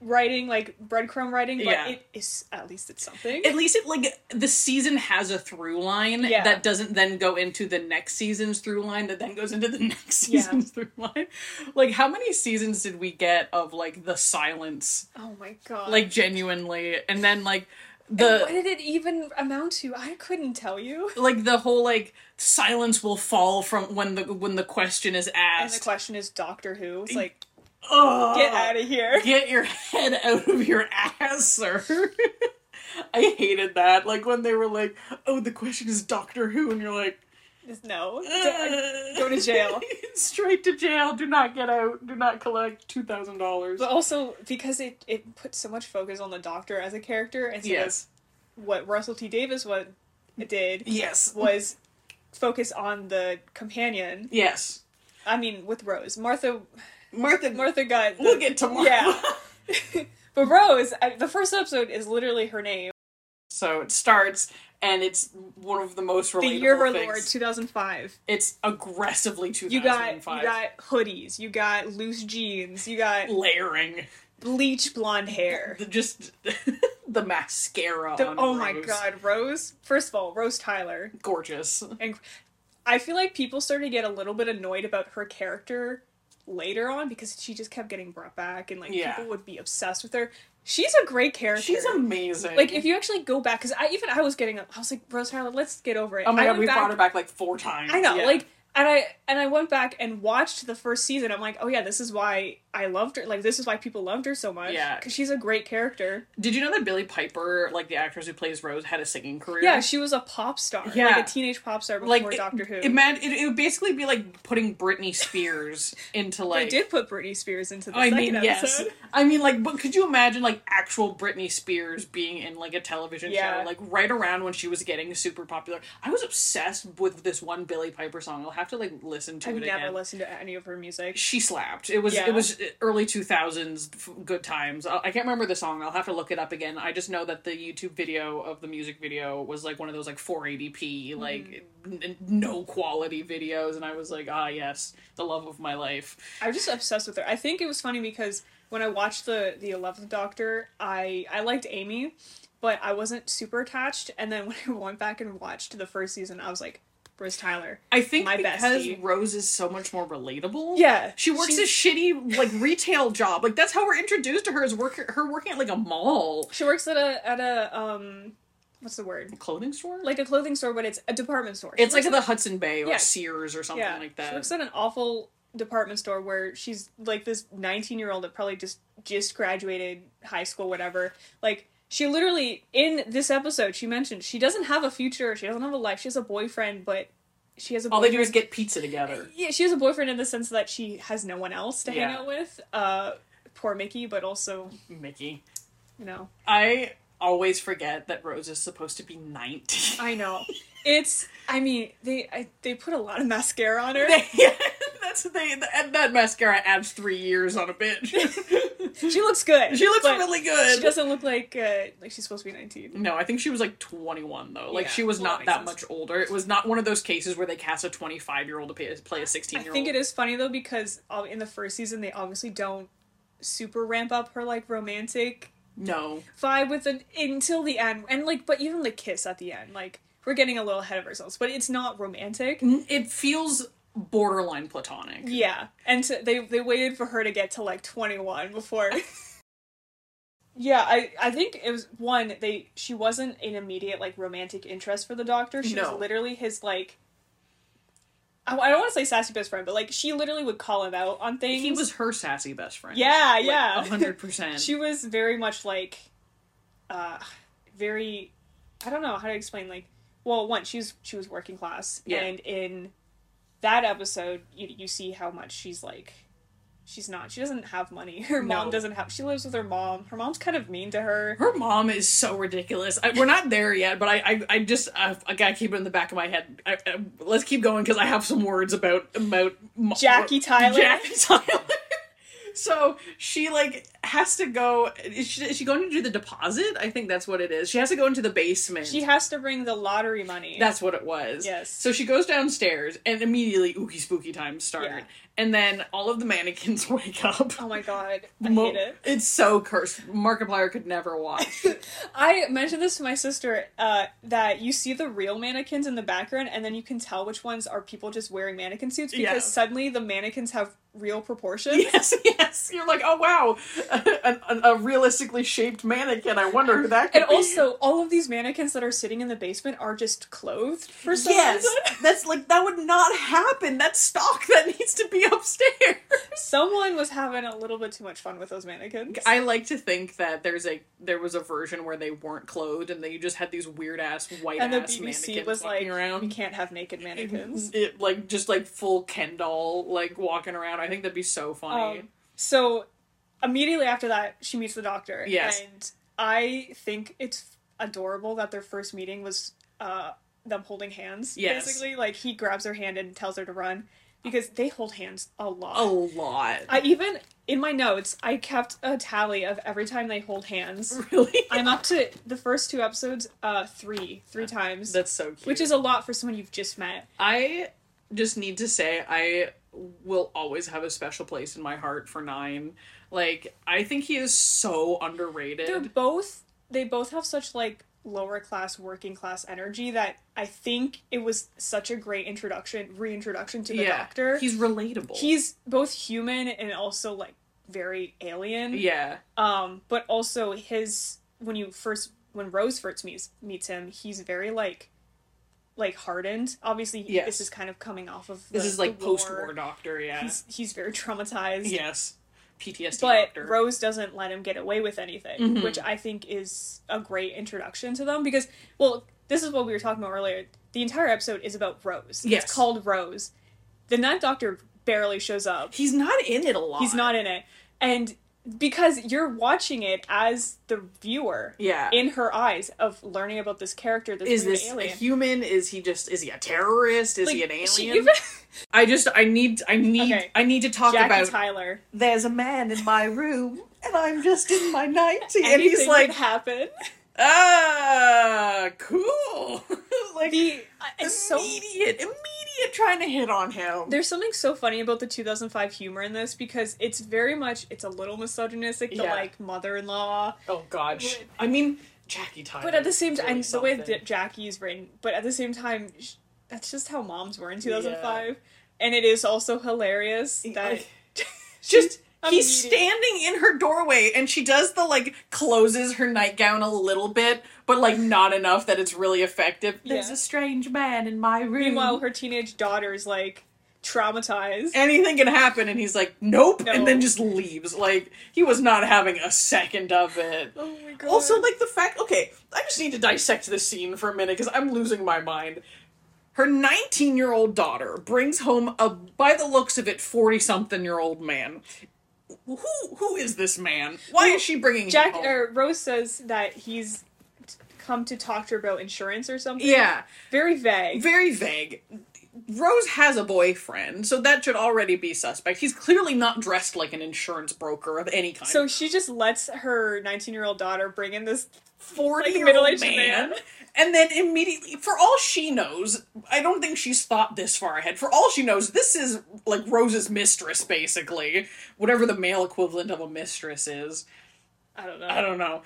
Speaker 2: writing, like breadcrumb writing, but
Speaker 3: Yeah.
Speaker 2: it is at least it's something.
Speaker 3: at least it like the season has a through line
Speaker 2: Yeah.
Speaker 3: that doesn't then go into the next season's through line that then goes into the [laughs] next
Speaker 2: Yeah.
Speaker 3: season's through line. Like how many seasons did we get of like the silence?
Speaker 2: oh my god!
Speaker 3: Like genuinely and then like the
Speaker 2: what did it even amount to? I couldn't tell you.
Speaker 3: like the whole like silence will fall from when the when the question is
Speaker 2: And the
Speaker 3: asked.
Speaker 2: question is Doctor Who.
Speaker 3: E
Speaker 2: It's like
Speaker 3: Ugh.
Speaker 2: get out of here.
Speaker 3: Get your head out of your ass, sir. [laughs] I hated that. Like when they were like, "Oh, the question is Doctor Who," and you're
Speaker 2: [laughs]
Speaker 3: like,
Speaker 2: Just no.
Speaker 3: "Go
Speaker 2: to
Speaker 3: [laughs]
Speaker 2: jail."
Speaker 3: Straight to jail. Do not get out. Do not collect two thousand dollars."
Speaker 2: But also because it it put so much focus on the Doctor as a character, and so
Speaker 3: Yes.
Speaker 2: that's what Russell T Davis what did
Speaker 3: Yes.
Speaker 2: [laughs] was focus on the companion.
Speaker 3: Yes.
Speaker 2: I mean, with Rose, Martha
Speaker 3: Martha.
Speaker 2: Martha got the- [laughs]
Speaker 3: We'll get to Martha.
Speaker 2: Yeah. but Rose, I, the first episode is literally her name.
Speaker 3: So it starts, and it's one of the most relatable
Speaker 2: The Year of Our
Speaker 3: things.
Speaker 2: Lord, 2005.
Speaker 3: it's aggressively 2005.
Speaker 2: You got you got hoodies, you got loose jeans, you got
Speaker 3: layering,
Speaker 2: bleach blonde hair.
Speaker 3: the, just [laughs] the mascara.
Speaker 2: The-
Speaker 3: on
Speaker 2: oh my
Speaker 3: Rose.
Speaker 2: god, Rose. First of all, Rose Tyler.
Speaker 3: gorgeous.
Speaker 2: And I feel like people started to get a little bit annoyed about her character later on because she just kept getting brought back and like
Speaker 3: Yeah.
Speaker 2: people would be obsessed with her. She's a great character.
Speaker 3: She's amazing.
Speaker 2: like if you actually go back because I even I was getting up I was like Rose Tyler let's get over it
Speaker 3: oh my
Speaker 2: I
Speaker 3: god,
Speaker 2: went
Speaker 3: we
Speaker 2: back-
Speaker 3: brought her back like four times.
Speaker 2: I know,
Speaker 3: Yeah.
Speaker 2: like, and I and I went back and watched the first season. I'm like, oh yeah, this is why I loved her. Like, this is why people loved her so much.
Speaker 3: Yeah.
Speaker 2: because she's a great character.
Speaker 3: did you know that Billy Piper, like the actress who plays Rose, had a singing career?
Speaker 2: Yeah, she was a pop star.
Speaker 3: Yeah.
Speaker 2: like a teenage pop star before
Speaker 3: like it-
Speaker 2: Doctor Who.
Speaker 3: It, meant it, it would basically be like putting Britney [laughs] Spears into
Speaker 2: they
Speaker 3: like.
Speaker 2: did put Britney Spears into the
Speaker 3: I
Speaker 2: second
Speaker 3: mean, yes.
Speaker 2: episode.
Speaker 3: I mean, like, but could you imagine like actual Britney Spears being in like a television
Speaker 2: Yeah.
Speaker 3: show, like right around when she was getting super popular? I was obsessed with this one Billy Piper song. I'll have to like listen to
Speaker 2: I've
Speaker 3: it
Speaker 2: never
Speaker 3: again.
Speaker 2: listened to any of her music.
Speaker 3: she slapped. It was
Speaker 2: Yeah.
Speaker 3: it was uh, early two thousands good times. I, I can't remember the song. I'll have to look it up again. I just know that the YouTube video of the music video was like one of those like 480p like
Speaker 2: Mm-hmm.
Speaker 3: n- n- no quality videos, and I was like, ah yes, the love of my life.
Speaker 2: I'm just obsessed with her. I think it was funny because when I watched the the Eleventh Doctor, I I liked Amy, but I wasn't super attached. And then [laughs] when I went back and watched the first season, I was like, Rose Tyler.
Speaker 3: I think
Speaker 2: My
Speaker 3: because
Speaker 2: bestie.
Speaker 3: Rose is so much more relatable.
Speaker 2: Yeah,
Speaker 3: She works
Speaker 2: she-
Speaker 3: a shitty like retail job. Like that's how we're introduced to her is work her working at like a mall
Speaker 2: She works at a at a um what's the word?
Speaker 3: clothing store.
Speaker 2: Like a clothing store, but it's a department store. She
Speaker 3: it's like
Speaker 2: works
Speaker 3: at the Hudson Bay or
Speaker 2: Yeah.
Speaker 3: Sears or something
Speaker 2: yeah,
Speaker 3: like
Speaker 2: She
Speaker 3: that.
Speaker 2: works at an awful department store where she's like this 19 year old that probably just just graduated high school whatever like she literally in this episode she mentioned she doesn't have a future she doesn't have a life she has a boyfriend but she has a
Speaker 3: All
Speaker 2: boyfriend.
Speaker 3: they do is get pizza together.
Speaker 2: yeah she has a boyfriend in the sense that she has no one else to hang
Speaker 3: Yeah.
Speaker 2: out with uh poor mickey but also
Speaker 3: Mickey.
Speaker 2: you know
Speaker 3: I always forget that Rose is supposed to be 19.
Speaker 2: [laughs] i know it's i mean they I, they put a lot of mascara on her
Speaker 3: [laughs] That's they and that mascara adds three years on
Speaker 2: [laughs]
Speaker 3: a bitch.
Speaker 2: She looks good.
Speaker 3: [laughs] she looks
Speaker 2: but
Speaker 3: really good.
Speaker 2: She doesn't look like uh, like she's supposed to be nineteen.
Speaker 3: no, I think she was like 21 though. Like
Speaker 2: Yeah,
Speaker 3: she was
Speaker 2: well,
Speaker 3: not
Speaker 2: that
Speaker 3: that
Speaker 2: makes
Speaker 3: much older. It was not one of those cases where they cast a 25 year old to pay- play a 16
Speaker 2: I
Speaker 3: year old.
Speaker 2: think it is funny though because uh, in the first season they obviously don't super ramp up her like romantic
Speaker 3: No,
Speaker 2: vibe with an until the end and like but even the kiss at the end like we're getting a little ahead of ourselves but it's not romantic.
Speaker 3: it feels borderline platonic.
Speaker 2: Yeah, and so they they waited for her to get to like twenty one
Speaker 3: [laughs]
Speaker 2: before. yeah, I I think it was one they she wasn't an immediate like romantic interest for the doctor. She
Speaker 3: No.
Speaker 2: was literally his like. I, I don't want to say sassy best friend, but like she literally would call him out on things.
Speaker 3: He was her sassy best friend.
Speaker 2: yeah
Speaker 3: Like,
Speaker 2: yeah [laughs]
Speaker 3: 100%.
Speaker 2: she was very much like, uh, very. I don't know how to explain like. Well, one, she was she was working class,
Speaker 3: Yeah.
Speaker 2: and in that episode, you you see how much she's like. She's not. She doesn't have money. Her mom
Speaker 3: No.
Speaker 2: doesn't have. She lives with her mom. Her mom's kind of mean to her.
Speaker 3: Her mom is so ridiculous. I, we're not there yet, but I, I, I just, I, I gotta keep it in the back of my head. I, I, let's keep going because I have some words about about mo-
Speaker 2: Jackie Tyler.
Speaker 3: Jackie [laughs] Tyler. so she like has to go. Is she, is she going to do the deposit? I think that's what it is. She has to go into the basement.
Speaker 2: She has to bring the lottery money.
Speaker 3: That's what it was.
Speaker 2: Yes.
Speaker 3: So she goes downstairs and immediately ookie spooky times start.
Speaker 2: Yeah.
Speaker 3: And then all of the mannequins [laughs] wake up.
Speaker 2: oh my god, I
Speaker 3: Mo-
Speaker 2: hate it.
Speaker 3: It's so cursed. Markiplier could never watch.
Speaker 2: I mentioned this to my sister uh, that you see the real mannequins in the background, and then you can tell which ones are people just wearing mannequin suits because
Speaker 3: Yeah.
Speaker 2: suddenly the mannequins have real proportions.
Speaker 3: [laughs] yes, yes. You're like, oh wow, [laughs] a, a, a realistically shaped mannequin. I wonder who that could
Speaker 2: And
Speaker 3: be.
Speaker 2: also, all of these mannequins that are sitting in the basement are just clothed for some
Speaker 3: Yes,
Speaker 2: reason.
Speaker 3: [laughs] that's like that would not happen. That's stock that needs to be [laughs] upstairs.
Speaker 2: Someone was having a little bit too much fun with those mannequins.
Speaker 3: I like to think that there's a there was a version where they weren't clothed and they just had these weird ass white
Speaker 2: and the
Speaker 3: ass
Speaker 2: BBC
Speaker 3: mannequins
Speaker 2: was like,
Speaker 3: walking around.
Speaker 2: "We can't have naked mannequins."
Speaker 3: It, like just like full Kendall like walking around. I think that'd be so funny.
Speaker 2: Um, so immediately after that, she meets the doctor.
Speaker 3: Yes.
Speaker 2: And I think it's adorable that their first meeting was uh, them holding hands.
Speaker 3: Yes.
Speaker 2: Basically, like he grabs her hand and tells her to run. because they hold hands a lot.
Speaker 3: a lot.
Speaker 2: I even in my notes, I kept a tally of every time they hold
Speaker 3: [laughs]
Speaker 2: hands.
Speaker 3: [laughs] really?
Speaker 2: I'm up to the first two episodes, uh, three, three times,
Speaker 3: That's so cute.
Speaker 2: which is a lot for someone you've just met.
Speaker 3: I just need to say I will always have a special place in my heart for Nine. Like I think he is so underrated.
Speaker 2: They're both they both have such like lower class, working class energy that I think it was such a great introduction, reintroduction to the
Speaker 3: yeah,
Speaker 2: Doctor.
Speaker 3: he's relatable.
Speaker 2: he's both human and also like very alien.
Speaker 3: yeah,
Speaker 2: Um, but also his when you first when Rose first meets meets him, he's very like like hardened. Obviously, he-
Speaker 3: Yes.
Speaker 2: this is kind of coming off of
Speaker 3: this
Speaker 2: the-
Speaker 3: is like
Speaker 2: the war.
Speaker 3: post-war Doctor. Yeah,
Speaker 2: He's he's very traumatized.
Speaker 3: yes, PTSD
Speaker 2: But
Speaker 3: Doctor.
Speaker 2: Rose doesn't let him get away with anything,
Speaker 3: Mhm.
Speaker 2: which I think is a great introduction to them because, well, this is what we were talking about earlier. The entire episode is about Rose.
Speaker 3: Yes.
Speaker 2: It's called Rose. The Night Doctor barely shows up.
Speaker 3: he's not in it a lot.
Speaker 2: He's not in it. And because you're watching it as the viewer
Speaker 3: Yeah.
Speaker 2: in her eyes of learning about this character that's
Speaker 3: is
Speaker 2: being
Speaker 3: this
Speaker 2: an
Speaker 3: a
Speaker 2: alien.
Speaker 3: human? Is he just? Is he a terrorist? Is he an
Speaker 2: Like,
Speaker 3: alien?
Speaker 2: she even-
Speaker 3: I just. I need. I need.
Speaker 2: Okay.
Speaker 3: I need to talk
Speaker 2: Jackie
Speaker 3: about.
Speaker 2: Tyler.
Speaker 3: There's a man in my room, and I'm just in my nightie, and
Speaker 2: Anything
Speaker 3: he's like,
Speaker 2: could happen.
Speaker 3: ah, cool. [laughs] like
Speaker 2: The it's so
Speaker 3: immediate, immediate trying to hit on him.
Speaker 2: There's something so funny about the 2005 humor in this because it's very much it's a little misogynistic, the
Speaker 3: Yeah.
Speaker 2: like mother-in-law,
Speaker 3: oh gosh, I mean Jackie Tyler.
Speaker 2: but at the same
Speaker 3: is
Speaker 2: time,
Speaker 3: really
Speaker 2: and the way
Speaker 3: something.
Speaker 2: that Jackie is written, but at the same time, sh- that's just how moms were in 2005, and it is also hilarious that [laughs]
Speaker 3: Like, just he's
Speaker 2: immediate-
Speaker 3: standing in her doorway and she does the like closes her nightgown a little bit but like not enough that it's really effective there's
Speaker 2: Yeah.
Speaker 3: a strange man in my room
Speaker 2: meanwhile her teenage daughter is like traumatized.
Speaker 3: anything can happen and he's like nope
Speaker 2: No.
Speaker 3: and then just leaves like he was not having a second of it
Speaker 2: Oh my god!
Speaker 3: also like the fact okay i just need to dissect this scene for a minute because i'm losing my mind her 19 year old daughter brings home a by the looks of it 40 something year old man who who is this man why is she bringing
Speaker 2: Jack er,
Speaker 3: him home?
Speaker 2: or Rose says that he's t- come to talk to her about insurance or something.
Speaker 3: yeah
Speaker 2: very vague.
Speaker 3: very vague rose has a boyfriend so that should already be suspect he's clearly not dressed like an insurance broker of any kind
Speaker 2: So she just lets her 19 year old daughter bring in this
Speaker 3: 40
Speaker 2: Like
Speaker 3: year old
Speaker 2: middle-aged
Speaker 3: man,
Speaker 2: man.
Speaker 3: and then immediately for all she knows i don't think she's thought this far ahead for all she knows this is like rose's mistress basically whatever the male equivalent of a mistress is
Speaker 2: I don't know.
Speaker 3: i don't know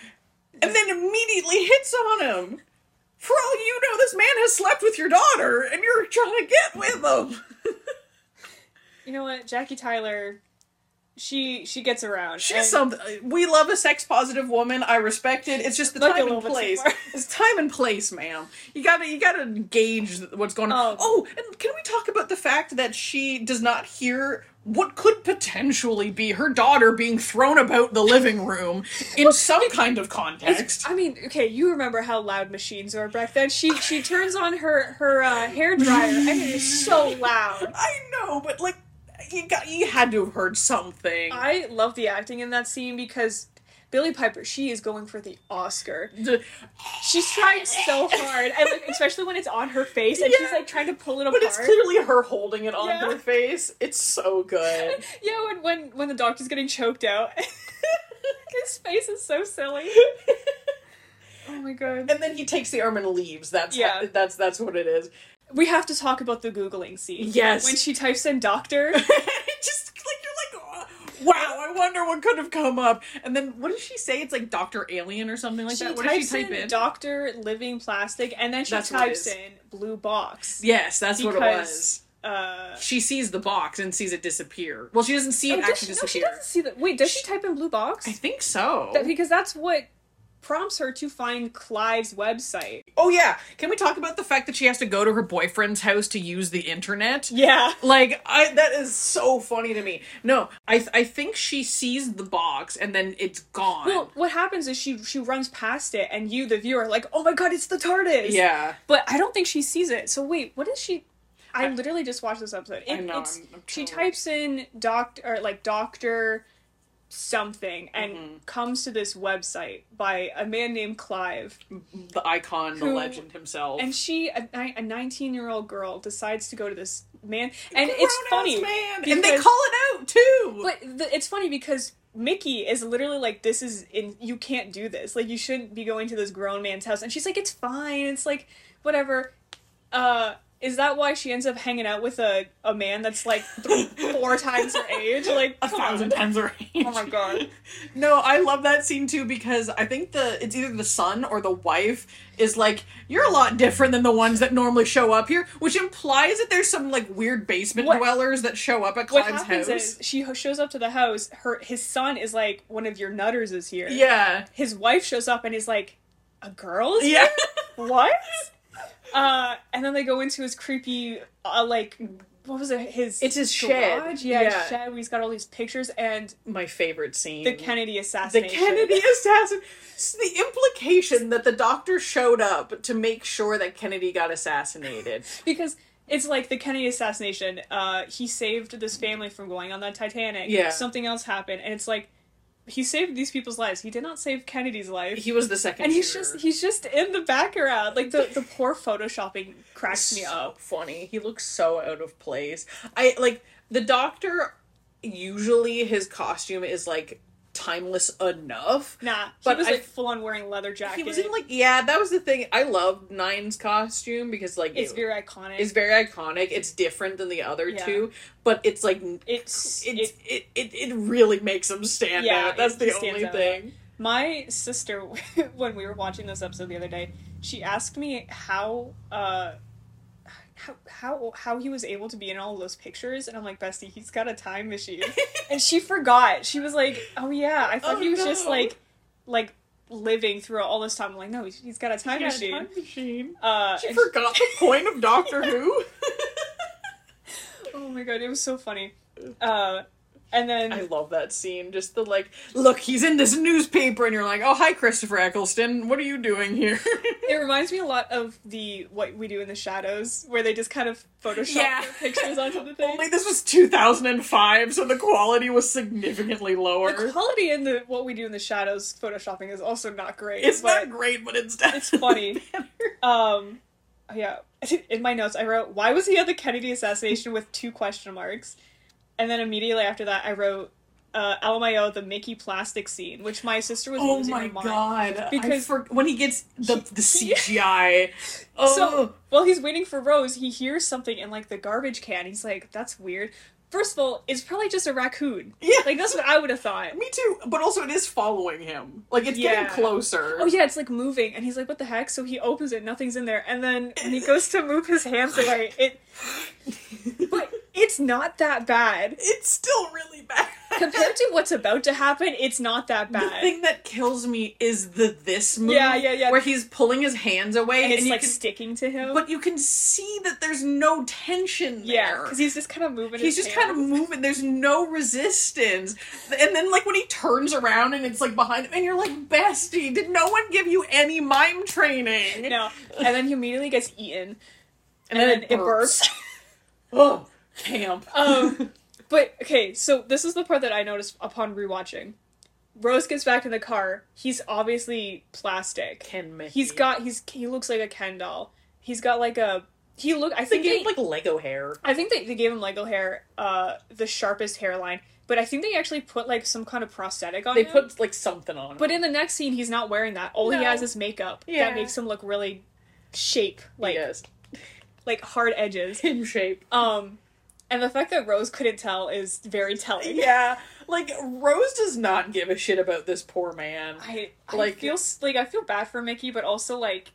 Speaker 3: and then immediately hits on him for all you know this man has slept with your daughter and you're trying to get with him
Speaker 2: You know what, Jackie Tyler, she she gets around.
Speaker 3: She's something. We love a sex positive woman. I respect it. It's just the
Speaker 2: Look a
Speaker 3: time
Speaker 2: little
Speaker 3: and
Speaker 2: bit too
Speaker 3: place.
Speaker 2: far.
Speaker 3: It's time and place, ma'am. You gotta you gotta gauge what's going on.
Speaker 2: Oh.
Speaker 3: Oh, and can we talk about the fact that she does not hear what could potentially be her daughter being thrown about the
Speaker 2: [laughs]
Speaker 3: living room in some kind of context?
Speaker 2: I mean, okay, you remember how loud machines were back then. She she turns on her her uh, hair dryer and it is so loud.
Speaker 3: I know, but like you got you had to have heard something.
Speaker 2: I love the acting in that scene because Billy Piper, she is going for the Oscar.
Speaker 3: The-
Speaker 2: She's trying so hard, and like, especially when it's on her face, and she's
Speaker 3: Yeah.
Speaker 2: like trying to pull it apart.
Speaker 3: but it's clearly her holding it on
Speaker 2: Yeah.
Speaker 3: her face. It's
Speaker 2: [laughs]
Speaker 3: so good.
Speaker 2: yeah, when, when when the doctor's getting choked out, [laughs] his face is so
Speaker 3: [laughs]
Speaker 2: silly. Oh my god.
Speaker 3: and then he takes the arm and leaves. That's
Speaker 2: Yeah.
Speaker 3: that's that's what it is.
Speaker 2: We have to talk about the googling scene.
Speaker 3: Yes.
Speaker 2: When she types in
Speaker 3: [laughs]
Speaker 2: doctor,
Speaker 3: Just like you're like, "Oh, wow, I wonder what could have come up. And then what does she say? It's like Doctor Alien or something like
Speaker 2: she
Speaker 3: that. What does
Speaker 2: types
Speaker 3: she type
Speaker 2: in,
Speaker 3: in?
Speaker 2: doctor living plastic, and then she
Speaker 3: That's what it
Speaker 2: types
Speaker 3: is.
Speaker 2: in blue box.
Speaker 3: yes, that's what it was.
Speaker 2: Because, Uh,
Speaker 3: She sees the box and sees it disappear. Well, she doesn't see it
Speaker 2: oh, does she,
Speaker 3: actually
Speaker 2: no, she
Speaker 3: disappear.
Speaker 2: doesn't see that. Wait, does she, type in blue box?
Speaker 3: I think so.
Speaker 2: That- because that's what prompts her to find Clive's website.
Speaker 3: oh yeah. Can we talk about the fact that she has to go to her boyfriend's house to use the internet? [laughs]
Speaker 2: Yeah.
Speaker 3: Like I that is so funny to me. No, I I think she sees the box and then it's gone.
Speaker 2: Well, what happens is she she runs past it, and you, the viewer, are like, oh my god, it's the TARDIS.
Speaker 3: yeah.
Speaker 2: But I don't think she sees it. So wait, what is she? I, literally just watched this episode. It,
Speaker 3: know,
Speaker 2: It's,
Speaker 3: I'm- I'm
Speaker 2: she
Speaker 3: terrible.
Speaker 2: types in doctor or like doctor something and
Speaker 3: Mm-hmm.
Speaker 2: comes to this website by a man named Clive.
Speaker 3: the icon, the
Speaker 2: Who-
Speaker 3: legend himself.
Speaker 2: And she, a ni- a 19 year old girl, decides to go to this man. And it's
Speaker 3: Grown-ass
Speaker 2: funny.
Speaker 3: man, and they
Speaker 2: because-
Speaker 3: call it out too.
Speaker 2: But the, it's funny because Mickey is literally like, "This is in. You can't do this. Like, you shouldn't be going to this grown man's house." And she's like, "It's fine. It's like, whatever." Uh, is that why she ends up hanging out with a a man that's like th-
Speaker 3: [laughs]
Speaker 2: four times her age? Like,
Speaker 3: a
Speaker 2: come
Speaker 3: thousand
Speaker 2: on.
Speaker 3: times her age.
Speaker 2: [laughs] Oh my God.
Speaker 3: No, I love that scene too because I think the it's either the son or the wife is like, You're a lot different than the ones that normally show up here, which implies that there's some like weird basement
Speaker 2: What-
Speaker 3: dwellers that show up at
Speaker 2: What
Speaker 3: Clive's
Speaker 2: happens is
Speaker 3: house.
Speaker 2: she ho- shows up to the house. Her his son is like, "One of your nutters is here."
Speaker 3: yeah.
Speaker 2: His wife shows up and is like, "A girl?" is
Speaker 3: Yeah.
Speaker 2: what? Uh, and then they go into his creepy, uh, like, what was it? His
Speaker 3: It's his
Speaker 2: garage?
Speaker 3: shed.
Speaker 2: Yeah,
Speaker 3: Yeah.
Speaker 2: His shed. Where he's got all these pictures and
Speaker 3: [laughs] my favorite scene.
Speaker 2: the Kennedy
Speaker 3: the
Speaker 2: assassination.
Speaker 3: Kennedy assassin. So the implication that the doctor showed up to make sure that Kennedy got assassinated.
Speaker 2: [laughs] because it's like the Kennedy assassination. Uh, he saved this family from going on that Titanic.
Speaker 3: Yeah.
Speaker 2: something else happened, and it's like he saved these people's lives. He did not save Kennedy's life.
Speaker 3: He was the second.
Speaker 2: and he's
Speaker 3: shooter.
Speaker 2: just he's just in the background. Like the the poor photoshopping cracks me
Speaker 3: so
Speaker 2: up.
Speaker 3: Funny. He looks so out of place. I like the doctor. Usually, his costume is like timeless enough.
Speaker 2: Nah, he
Speaker 3: But
Speaker 2: was
Speaker 3: I-
Speaker 2: like full on wearing leather jacket.
Speaker 3: He was in like yeah, that was the thing. I love Nine's costume because like
Speaker 2: it's
Speaker 3: it-
Speaker 2: very iconic.
Speaker 3: it's very iconic. It's different than the other
Speaker 2: Yeah.
Speaker 3: two, but it's like n-
Speaker 2: it's
Speaker 3: it
Speaker 2: it,
Speaker 3: it, it, it, really makes him stand
Speaker 2: Yeah,
Speaker 3: out. That's
Speaker 2: it-
Speaker 3: the
Speaker 2: he stands
Speaker 3: only
Speaker 2: out.
Speaker 3: thing.
Speaker 2: my sister [laughs] when we were watching this episode the other day she asked me how uh how, how how he was able to be in all those pictures and i'm like bestie he's got a time
Speaker 3: [laughs]
Speaker 2: machine and she forgot she was like oh yeah i thought
Speaker 3: Oh,
Speaker 2: he was just
Speaker 3: no.
Speaker 2: like like living throughout all this time I'm like no he's, he's got a time
Speaker 3: Yeah,
Speaker 2: machine
Speaker 3: time machine.
Speaker 2: uh
Speaker 3: She
Speaker 2: and
Speaker 3: forgot the point
Speaker 2: [laughs]
Speaker 3: of Doctor Who. [laughs]
Speaker 2: oh my god it was so funny uh and then
Speaker 3: I love that scene. Just the like, look, he's in this newspaper, and you're like, oh, hi, Christopher Eccleston. What are you doing here? [laughs]
Speaker 2: It reminds me a lot of the what we do in the shadows, where they just kind of Photoshop
Speaker 3: Yeah. Oh
Speaker 2: their pictures
Speaker 3: [laughs]
Speaker 2: onto the thing.
Speaker 3: Only this was 2005, so the quality was significantly lower.
Speaker 2: the quality in the what we do in the shadows photoshopping is also not great.
Speaker 3: it's
Speaker 2: but,
Speaker 3: not great, but it's definitely
Speaker 2: funny. [laughs]
Speaker 3: better.
Speaker 2: Um, oh, yeah. [laughs] In my notes, I wrote, "Why was he at the Kennedy assassination with two question marks?" And then immediately after that, I wrote, uh, "LMAO, the Mickey plastic scene," which my sister was
Speaker 3: [laughs] Oh
Speaker 2: losing
Speaker 3: my
Speaker 2: her mind.
Speaker 3: god! Because
Speaker 2: Because-
Speaker 3: for, when he gets the
Speaker 2: [laughs]
Speaker 3: the CGI, oh,
Speaker 2: So while he's waiting for Rose, he hears something in like the garbage can. He's like, "That's weird." First of all, it's probably just a raccoon.
Speaker 3: Yeah.
Speaker 2: like that's what I would have thought.
Speaker 3: me too. But also, it is following him. Like it's
Speaker 2: Yeah.
Speaker 3: getting closer.
Speaker 2: Oh yeah, it's like moving, and he's like, "What the heck?" So he opens it, nothing's in there, and then when he goes to move his hands away,
Speaker 3: [laughs]
Speaker 2: it. But it's not that bad
Speaker 3: It's still really bad.
Speaker 2: compared to what's about to happen. It's not that
Speaker 3: The
Speaker 2: bad.
Speaker 3: thing that kills me is the this move.
Speaker 2: Yeah, yeah, yeah.
Speaker 3: Where he's pulling his hands away
Speaker 2: and
Speaker 3: and,
Speaker 2: it's
Speaker 3: you
Speaker 2: like
Speaker 3: can-
Speaker 2: sticking to him.
Speaker 3: but you can see that there's no tension
Speaker 2: yeah,
Speaker 3: there.
Speaker 2: because he's just kind of moving.
Speaker 3: He's
Speaker 2: his
Speaker 3: just
Speaker 2: hands.
Speaker 3: kind of moving. There's no resistance. And then, like, when he turns around and it's, like, behind him, and you're like, bestie, did no one give you any mime training?
Speaker 2: No, and then he immediately gets eaten,
Speaker 3: And,
Speaker 2: and then it bursts.
Speaker 3: oh, camp.
Speaker 2: Um, but okay, so this is the part that I noticed upon rewatching. Rose gets back in the car. He's obviously plastic.
Speaker 3: Ken Mickey.
Speaker 2: He's got he's he looks like a Ken doll. He's got like a he look. I
Speaker 3: [laughs] They
Speaker 2: think
Speaker 3: gave
Speaker 2: they,
Speaker 3: him, like, Lego hair.
Speaker 2: I think they, they gave him Lego hair, uh, the sharpest hairline. But I think they actually put like some kind of prosthetic on
Speaker 3: They
Speaker 2: him.
Speaker 3: put, like, something on him.
Speaker 2: but in the next scene, he's not wearing that. All he
Speaker 3: No.
Speaker 2: has is makeup
Speaker 3: Yeah.
Speaker 2: that makes him look really shape like
Speaker 3: yes.
Speaker 2: like hard edges. [laughs]
Speaker 3: Him shape.
Speaker 2: Um, and the fact that Rose couldn't tell is very
Speaker 3: [laughs]
Speaker 2: telling.
Speaker 3: Yeah, like Rose does not give a shit about this poor man.
Speaker 2: I, I
Speaker 3: Like-
Speaker 2: feel s- like I feel bad for Mickey, but also like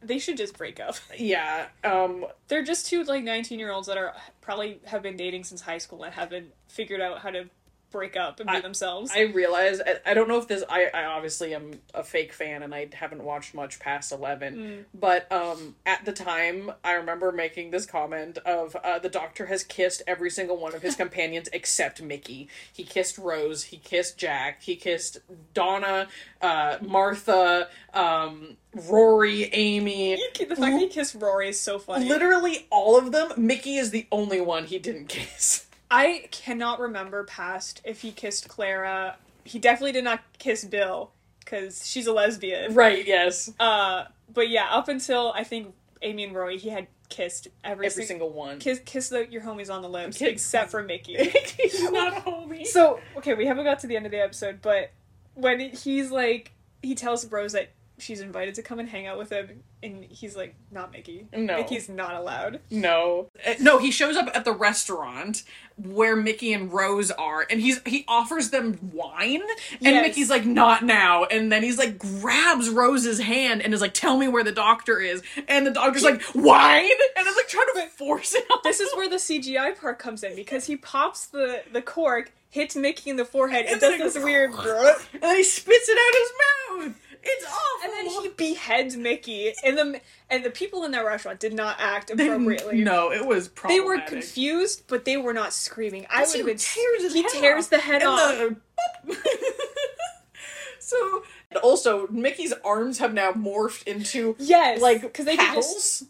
Speaker 2: they should just break up.
Speaker 3: Yeah, um,
Speaker 2: They're just two like nineteen year olds that are probably have been dating since high school and haven't figured out how to break up and be
Speaker 3: I-
Speaker 2: themselves.
Speaker 3: I realize I, I don't know if this. I, I obviously am a fake fan, and I haven't watched much past eleven. But um, at the time, I remember making this comment of uh, the Doctor has kissed every single one of [laughs] his companions except Mickey. He kissed Rose. He kissed Jack. He kissed Donna, uh, Martha, um, Rory, Amy.
Speaker 2: the fact that he kissed Rory is so funny.
Speaker 3: Literally all of them. Mickey is the only one he didn't kiss. [laughs]
Speaker 2: I cannot remember past if he kissed Clara he definitely did not kiss Bill because she's a lesbian.
Speaker 3: Right, yes.
Speaker 2: Uh, but yeah, up until I think Amy and Roy, he had kissed every,
Speaker 3: Every
Speaker 2: sing-
Speaker 3: single one.
Speaker 2: kiss kiss the, your homies on the lips
Speaker 3: Kiss-
Speaker 2: except for
Speaker 3: [laughs]
Speaker 2: Mickey.
Speaker 3: He's not a homie.
Speaker 2: so okay, we haven't got to the end of the episode, but when he's like, he tells Rose that she's invited to come and hang out with him, and he's like, not Mickey.
Speaker 3: No.
Speaker 2: Mickey's not allowed.
Speaker 3: No. Uh, No, he shows up at the restaurant where Mickey and Rose are and he's he offers them wine and
Speaker 2: Yes.
Speaker 3: Mickey's like not now and then he's like grabs Rose's hand and is like tell me where the doctor is and the doctor's like wine and is like trying to force it on
Speaker 2: This is where the CGI part comes in because he pops the the cork, hits Mickey in the forehead, and
Speaker 3: It's
Speaker 2: does
Speaker 3: like-
Speaker 2: this
Speaker 3: [laughs]
Speaker 2: weird.
Speaker 3: and then he spits it out his mouth. It's awful.
Speaker 2: And then he [laughs] beheads Mickey, and the and the people in that restaurant did not act appropriately.
Speaker 3: No, it was
Speaker 2: They were
Speaker 3: problematic.
Speaker 2: confused, but they were not screaming. I would
Speaker 3: he
Speaker 2: have been.
Speaker 3: tears his
Speaker 2: he
Speaker 3: head
Speaker 2: tears
Speaker 3: off.
Speaker 2: the head
Speaker 3: And
Speaker 2: off.
Speaker 3: the- [laughs] so and also Mickey's arms have now morphed into
Speaker 2: Yes,
Speaker 3: like
Speaker 2: because they could just
Speaker 3: paddles,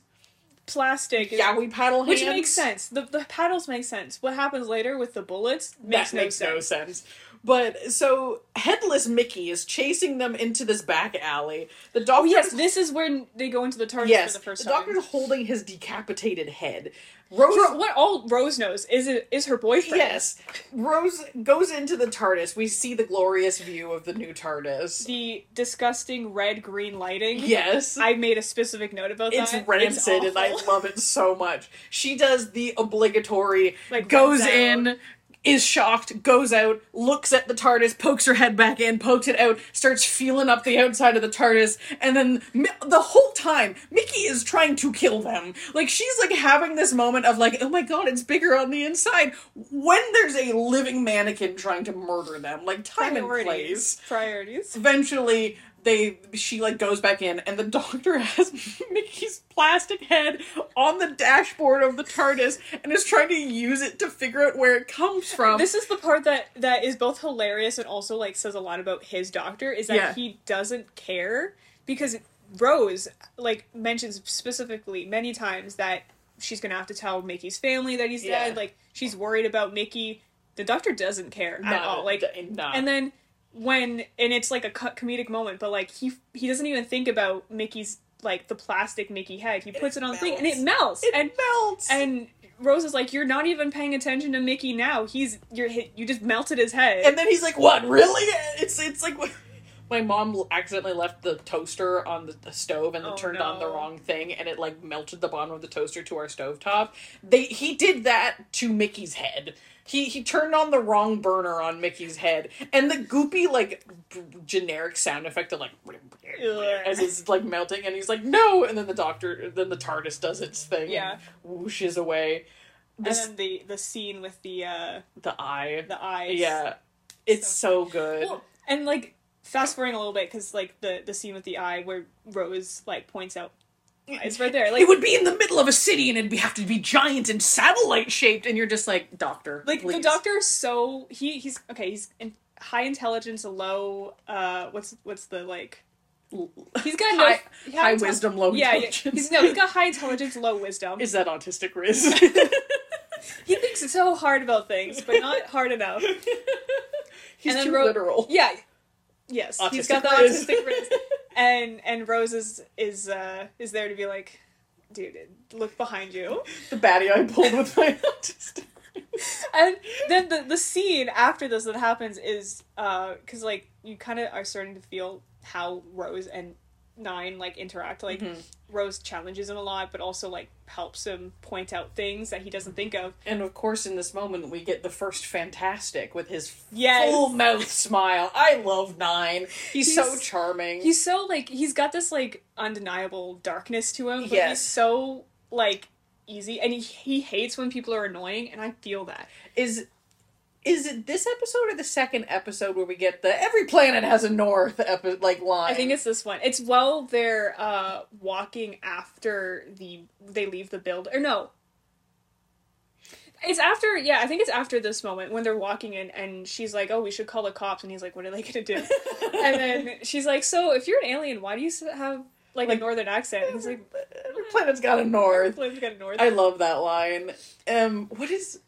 Speaker 2: plastic, is-
Speaker 3: yowie paddle
Speaker 2: which
Speaker 3: hands.
Speaker 2: makes sense. The the paddles make sense. What happens later with the bullets
Speaker 3: That
Speaker 2: makes, no, sense.
Speaker 3: But so headless Mickey is chasing them into this back alley. The doctor
Speaker 2: Oh, Yes,
Speaker 3: is-
Speaker 2: this is when they go into the TARDIS
Speaker 3: [laughs] yes,
Speaker 2: for the first time.
Speaker 3: doctor's holding his decapitated head. Rose
Speaker 2: For what all Rose knows is it is her boyfriend.
Speaker 3: [laughs] Yes. Rose goes into the TARDIS. We see the glorious view of the new
Speaker 2: [laughs]
Speaker 3: TARDIS.
Speaker 2: the disgusting red green lighting.
Speaker 3: Yes.
Speaker 2: I made a specific note about
Speaker 3: it's
Speaker 2: that.
Speaker 3: rancid
Speaker 2: [laughs]
Speaker 3: and I
Speaker 2: awful.
Speaker 3: love it so much. She does the obligatory
Speaker 2: Like,
Speaker 3: goes
Speaker 2: runs out.
Speaker 3: in, is shocked, goes out, looks at the TARDIS, pokes her head back in, pokes it out, starts feeling up the outside of the TARDIS, and then Mi- the whole time Mickey is trying to kill them. Like she's like having this moment of like, oh my god, it's bigger on the inside. When there's a living mannequin trying to murder them, like time and
Speaker 2: priorities.
Speaker 3: place
Speaker 2: Priorities.
Speaker 3: eventually they she like goes back in and the [laughs] doctor has Mickey's plastic head on the dashboard of the TARDIS and is trying to use it to figure out where it comes from.
Speaker 2: This is the part that that is both hilarious and also like says a lot about his doctor is that
Speaker 3: Yeah.
Speaker 2: he doesn't care because Rose like mentions specifically many times that she's gonna have to tell Mickey's family that he's
Speaker 3: Yeah.
Speaker 2: dead. Like she's worried about Mickey. The doctor doesn't care at all. Like and uh, then when and it's like a co- comedic moment but like he he doesn't even think about mickey's like the plastic mickey head he puts it, on the thing and it melts
Speaker 3: it
Speaker 2: and
Speaker 3: melts.
Speaker 2: and rose is like you're not even paying attention to mickey now he's you're hit you just melted his head
Speaker 3: and then he's like, "What? Really?" It's it's like [laughs] my mom accidentally left the toaster on the, the stove and then
Speaker 2: Oh,
Speaker 3: turned on the
Speaker 2: no.
Speaker 3: wrong thing, and it like melted the bottom of the toaster to our stovetop. They he did that to Mickey's head. He he turned on the wrong burner on Mickey's head, and the goopy like g- generic sound effect of like as it's like melting, and he's like, "No!" And then the doctor, then the TARDIS does its thing,
Speaker 2: Yeah.
Speaker 3: and whooshes away.
Speaker 2: And
Speaker 3: This
Speaker 2: then the the scene with the uh
Speaker 3: the eye,
Speaker 2: the eyes
Speaker 3: yeah, it's so good.
Speaker 2: Well, and like fast forwarding a little bit because like the the scene with the eye where rose like points out it's right there like
Speaker 3: [laughs] it would be in the middle of a city and it'd be, have to be giant and satellite shaped and you're just like doctor
Speaker 2: like the
Speaker 3: please."
Speaker 2: doctor is so he he's okay he's in high intelligence low uh what's what's the like he's got no
Speaker 3: High-
Speaker 2: he
Speaker 3: high
Speaker 2: has-
Speaker 3: wisdom low
Speaker 2: yeah, yeah
Speaker 3: intelligence
Speaker 2: he's no he's got high intelligence low wisdom
Speaker 3: [laughs] is that autistic riz [laughs]
Speaker 2: he thinks so hard about things but not hard enough
Speaker 3: he's
Speaker 2: And then
Speaker 3: too
Speaker 2: Ro-
Speaker 3: literal
Speaker 2: yeah yes he's got the
Speaker 3: Autistic Riz.
Speaker 2: autistic riz.
Speaker 3: [laughs]
Speaker 2: and and rose is is uh is there to be like dude look behind you
Speaker 3: the baddie i pulled with [laughs] my autistic
Speaker 2: and then the, the scene after this that happens is because like you kind of are starting to feel how rose and nine like interact like rose challenges him a lot but also like helps him point out things that he doesn't think of
Speaker 3: and of course in this moment we get the first fantastic with his
Speaker 2: Yes.
Speaker 3: full mouth smile i love nine he's, so
Speaker 2: He's-
Speaker 3: charming
Speaker 2: he's so like he's got this like undeniable darkness to him but
Speaker 3: Yes.
Speaker 2: he's so like easy and he, he hates when people are annoying and i feel that
Speaker 3: is is it this episode or the second episode where we get the every planet has a north epi- like line
Speaker 2: I think
Speaker 3: [laughs]
Speaker 2: it's this one. It's while they're uh, walking after the they leave the build or no. It's after yeah, I think it's after this moment when they're walking in and she's like, "Oh, we should call the cops," and he's like, "What are they gonna do?" and then she's like, "So if you're an alien, why do you s- have like,
Speaker 3: Like-
Speaker 2: a northern accent?" And he's like,
Speaker 3: every planet's got a north
Speaker 2: "Let's get a northern."
Speaker 3: I love that line. Um, what is?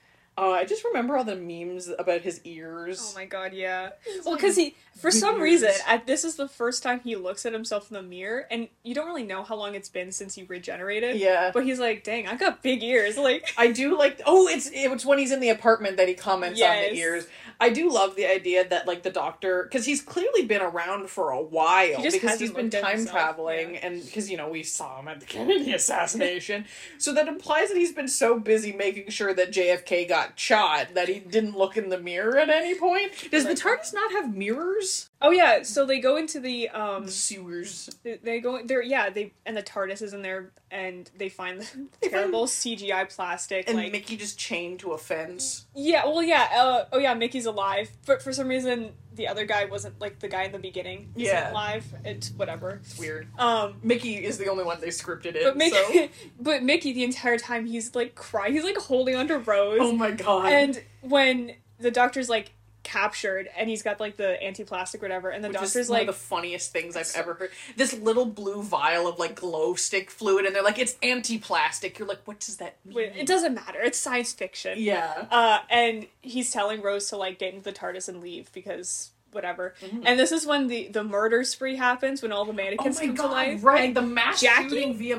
Speaker 3: Oh, I just remember all the memes about his ears.
Speaker 2: Oh my god, yeah. Well, because he, for some reason, at, this is the first time he looks at himself in the mirror, and you don't really know how long it's been since he regenerated.
Speaker 3: Yeah.
Speaker 2: But he's like, dang, I got big ears. [laughs] Like,
Speaker 3: I do like. Oh, it's it's when he's in the apartment that he comments on
Speaker 2: Yes.
Speaker 3: the ears. I do love the idea that like the doctor, because he's clearly been around for a while
Speaker 2: He just
Speaker 3: because
Speaker 2: hasn't
Speaker 3: he's been
Speaker 2: looked at
Speaker 3: time
Speaker 2: himself,
Speaker 3: traveling, and because you know we saw him at the [laughs]
Speaker 2: [laughs]
Speaker 3: Kennedy assassination, so that implies that he's been so busy making sure that JFK got shot that he didn't look in the mirror at any point. Does the TARDIS not have mirrors?
Speaker 2: oh yeah, so they go into the, um,
Speaker 3: Sewers.
Speaker 2: they- they go, they're, yeah, they, and the TARDIS is in there, and they find the [laughs] terrible CGI plastic,
Speaker 3: And
Speaker 2: like,
Speaker 3: Mickey just chained to a fence.
Speaker 2: yeah, well, yeah, uh, oh yeah, Mickey's alive, but for some reason, the other guy wasn't, like, the guy in the beginning isn't
Speaker 3: Yeah.
Speaker 2: alive, it's whatever.
Speaker 3: It's weird.
Speaker 2: Um,
Speaker 3: Mickey is the only one they scripted in.
Speaker 2: But Mickey, [laughs]
Speaker 3: so.
Speaker 2: but Mickey, the entire time he's like crying, he's like holding onto Rose.
Speaker 3: Oh my god.
Speaker 2: and when the doctor's like captured, and he's got like the anti-plastic, whatever, and the
Speaker 3: Which is
Speaker 2: doctor's
Speaker 3: one
Speaker 2: like,
Speaker 3: of the funniest things I've ever heard. This little blue vial of like glow stick fluid, and they're like, it's anti-plastic. You're like, what does that mean?
Speaker 2: "Wait, it doesn't matter. It's science fiction.
Speaker 3: yeah.
Speaker 2: Uh, and he's telling Rose to like get into the TARDIS and leave because whatever. And this is when the the murder spree happens when all the
Speaker 3: Mm-hmm. Oh
Speaker 2: mannequins
Speaker 3: my
Speaker 2: come to
Speaker 3: god!
Speaker 2: life.
Speaker 3: Right,
Speaker 2: And-
Speaker 3: the mass
Speaker 2: Jackie?
Speaker 3: shooting via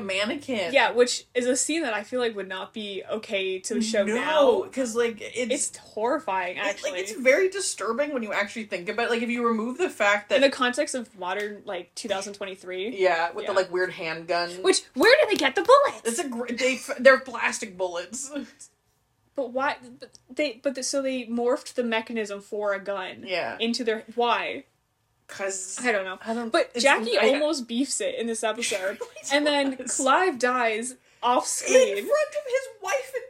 Speaker 2: [laughs]
Speaker 3: mannequin.
Speaker 2: yeah, which is a scene that I feel like would not be okay to show
Speaker 3: no,
Speaker 2: now.
Speaker 3: because like it's,
Speaker 2: It's horrifying,
Speaker 3: it's
Speaker 2: actually.
Speaker 3: like it's very disturbing when you actually think about. it. Like if you remove the fact that
Speaker 2: in the context of modern like 2023
Speaker 3: yeah, with
Speaker 2: Yeah.
Speaker 3: the like weird handgun.
Speaker 2: which where did they get the bullets
Speaker 3: it's a gr- they f- they're plastic bullets. [laughs]
Speaker 2: but why but they but the, so they morphed the mechanism for a gun
Speaker 3: Yeah.
Speaker 2: into their why
Speaker 3: Because
Speaker 2: i don't know
Speaker 3: I don't-
Speaker 2: but
Speaker 3: it's-
Speaker 2: jackie
Speaker 3: I-
Speaker 2: almost beefs it in this
Speaker 3: [laughs]
Speaker 2: episode
Speaker 3: really
Speaker 2: and then
Speaker 3: does.
Speaker 2: clive dies off
Speaker 3: in front of
Speaker 2: screen
Speaker 3: his wife and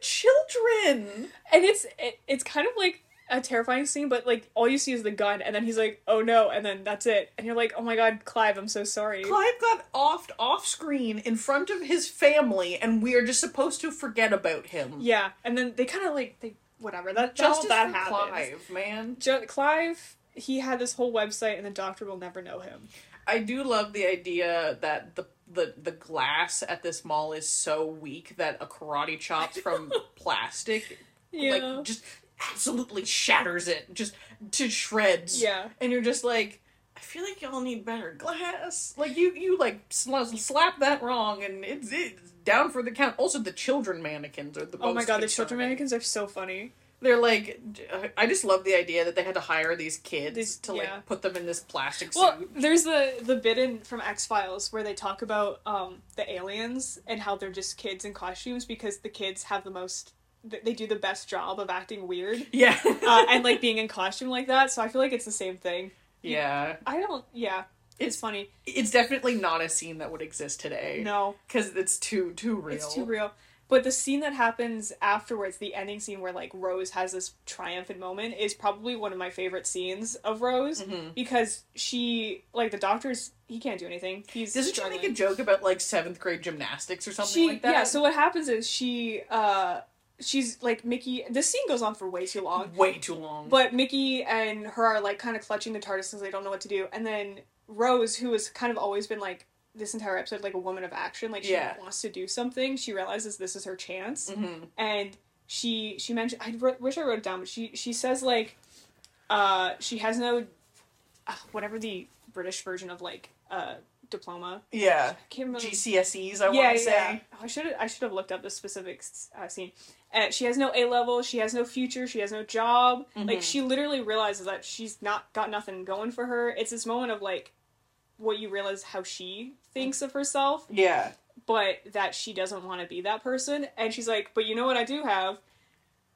Speaker 3: children.
Speaker 2: and it's it, it's kind of like a terrifying scene but like all you see is the gun and then he's like oh no and then that's it and you're like oh my god clive i'm so sorry
Speaker 3: Clive got offed off screen in front of his family, and we are just supposed to forget about him.
Speaker 2: yeah and then they kind of like they whatever that
Speaker 3: Justice
Speaker 2: all that
Speaker 3: for
Speaker 2: happens
Speaker 3: Clive, man.
Speaker 2: Jo- Clive, he had this whole website, and the doctor will never know him.
Speaker 3: I do love the idea that the the the glass at this mall is so weak that a
Speaker 2: [laughs]
Speaker 3: karate chop from plastic
Speaker 2: Yeah.
Speaker 3: like just absolutely shatters it just to shreds.
Speaker 2: Yeah.
Speaker 3: And you're just like I feel like y'all need better glass. Like you you like sl- slap that wrong and it's it's down for the count. Also the children mannequins are the
Speaker 2: Oh my
Speaker 3: most
Speaker 2: god, the children
Speaker 3: concerning.
Speaker 2: mannequins are so funny.
Speaker 3: They're like uh, I just love the idea that they had to hire these kids
Speaker 2: These-
Speaker 3: to
Speaker 2: yeah.
Speaker 3: like put them in this plastic
Speaker 2: Well,
Speaker 3: suit. [laughs]
Speaker 2: there's the the bit in from X Files where they talk about um, the aliens and how they're just kids in costumes because the kids have the most, th- they do the best job of acting weird
Speaker 3: Yeah.
Speaker 2: uh, and like being in costume like that. So I feel like it's the same thing.
Speaker 3: [laughs] yeah.
Speaker 2: I don't. Yeah, it's,
Speaker 3: It's-
Speaker 2: funny.
Speaker 3: It's definitely not a scene that would exist today.
Speaker 2: No,
Speaker 3: Because it's too too real.
Speaker 2: it's too real. But the scene that happens afterwards, the ending scene where like Rose has this triumphant moment, is probably one of my favorite scenes of Rose
Speaker 3: Mm-hmm.
Speaker 2: because she like the doctor's he can't do anything. He's
Speaker 3: Doesn't she
Speaker 2: struggling.
Speaker 3: make a joke about like seventh grade gymnastics or something
Speaker 2: She
Speaker 3: like that?
Speaker 2: yeah. So what happens is she uh she's like Mickey. This scene goes on for way too long,
Speaker 3: way too long.
Speaker 2: but Mickey and her are like kind of clutching the TARDIS because they don't know what to do, and then Rose, who has kind of always been like this entire episode like a woman of action, like she
Speaker 3: Yeah.
Speaker 2: wants to do something. She realizes this is her chance
Speaker 3: Mhm.
Speaker 2: and she she mentioned I wrote, wish I wrote it down, but she she says like uh she has no uh, whatever the British version of like uh diploma.
Speaker 3: yeah.
Speaker 2: I can't remember.
Speaker 3: GCSEs, I
Speaker 2: yeah,
Speaker 3: want to say.
Speaker 2: yeah. Oh, I should I should have looked up the specific uh, scene. Uh, she has no A level. She has no future. She has no job.
Speaker 3: Mm-hmm.
Speaker 2: Like she literally realizes that she's not got nothing going for her. It's this moment of like what you realize how she thinks of herself
Speaker 3: Yeah.
Speaker 2: but that she doesn't want to be that person. And she's like, but you know what I do have?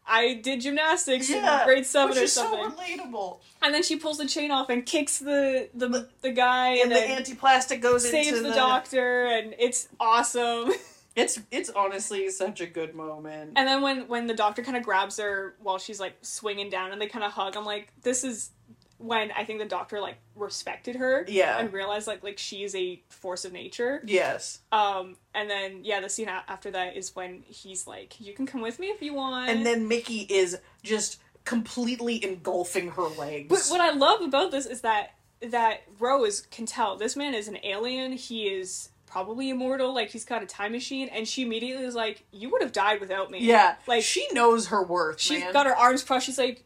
Speaker 2: I did gymnastics in grade seven
Speaker 3: which
Speaker 2: or
Speaker 3: is
Speaker 2: something.
Speaker 3: so relatable.
Speaker 2: and then she pulls the chain off and kicks the the, the guy and,
Speaker 3: And, the
Speaker 2: then
Speaker 3: anti-plastic goes
Speaker 2: saves
Speaker 3: into
Speaker 2: the, doctor and it's awesome. [laughs]
Speaker 3: It's it's honestly such a good moment.
Speaker 2: and then when when the doctor kind of grabs her while she's like swinging down and they kind of hug, I'm like, this is when I think the doctor like respected her
Speaker 3: Yeah.
Speaker 2: and realized like like she is a force of nature.
Speaker 3: yes.
Speaker 2: Um, and then yeah, the scene a- after that is when he's like, "You can come with me if you want."
Speaker 3: And then Mickey is just completely engulfing her legs.
Speaker 2: but what I love about this is that that Rose can tell this man is an alien. He is probably immortal. Like he's got a time machine, and she immediately is like, "You would have died without me."
Speaker 3: Yeah,
Speaker 2: like she
Speaker 3: she knows her worth.
Speaker 2: she's
Speaker 3: man.
Speaker 2: got her arms crossed. She's like,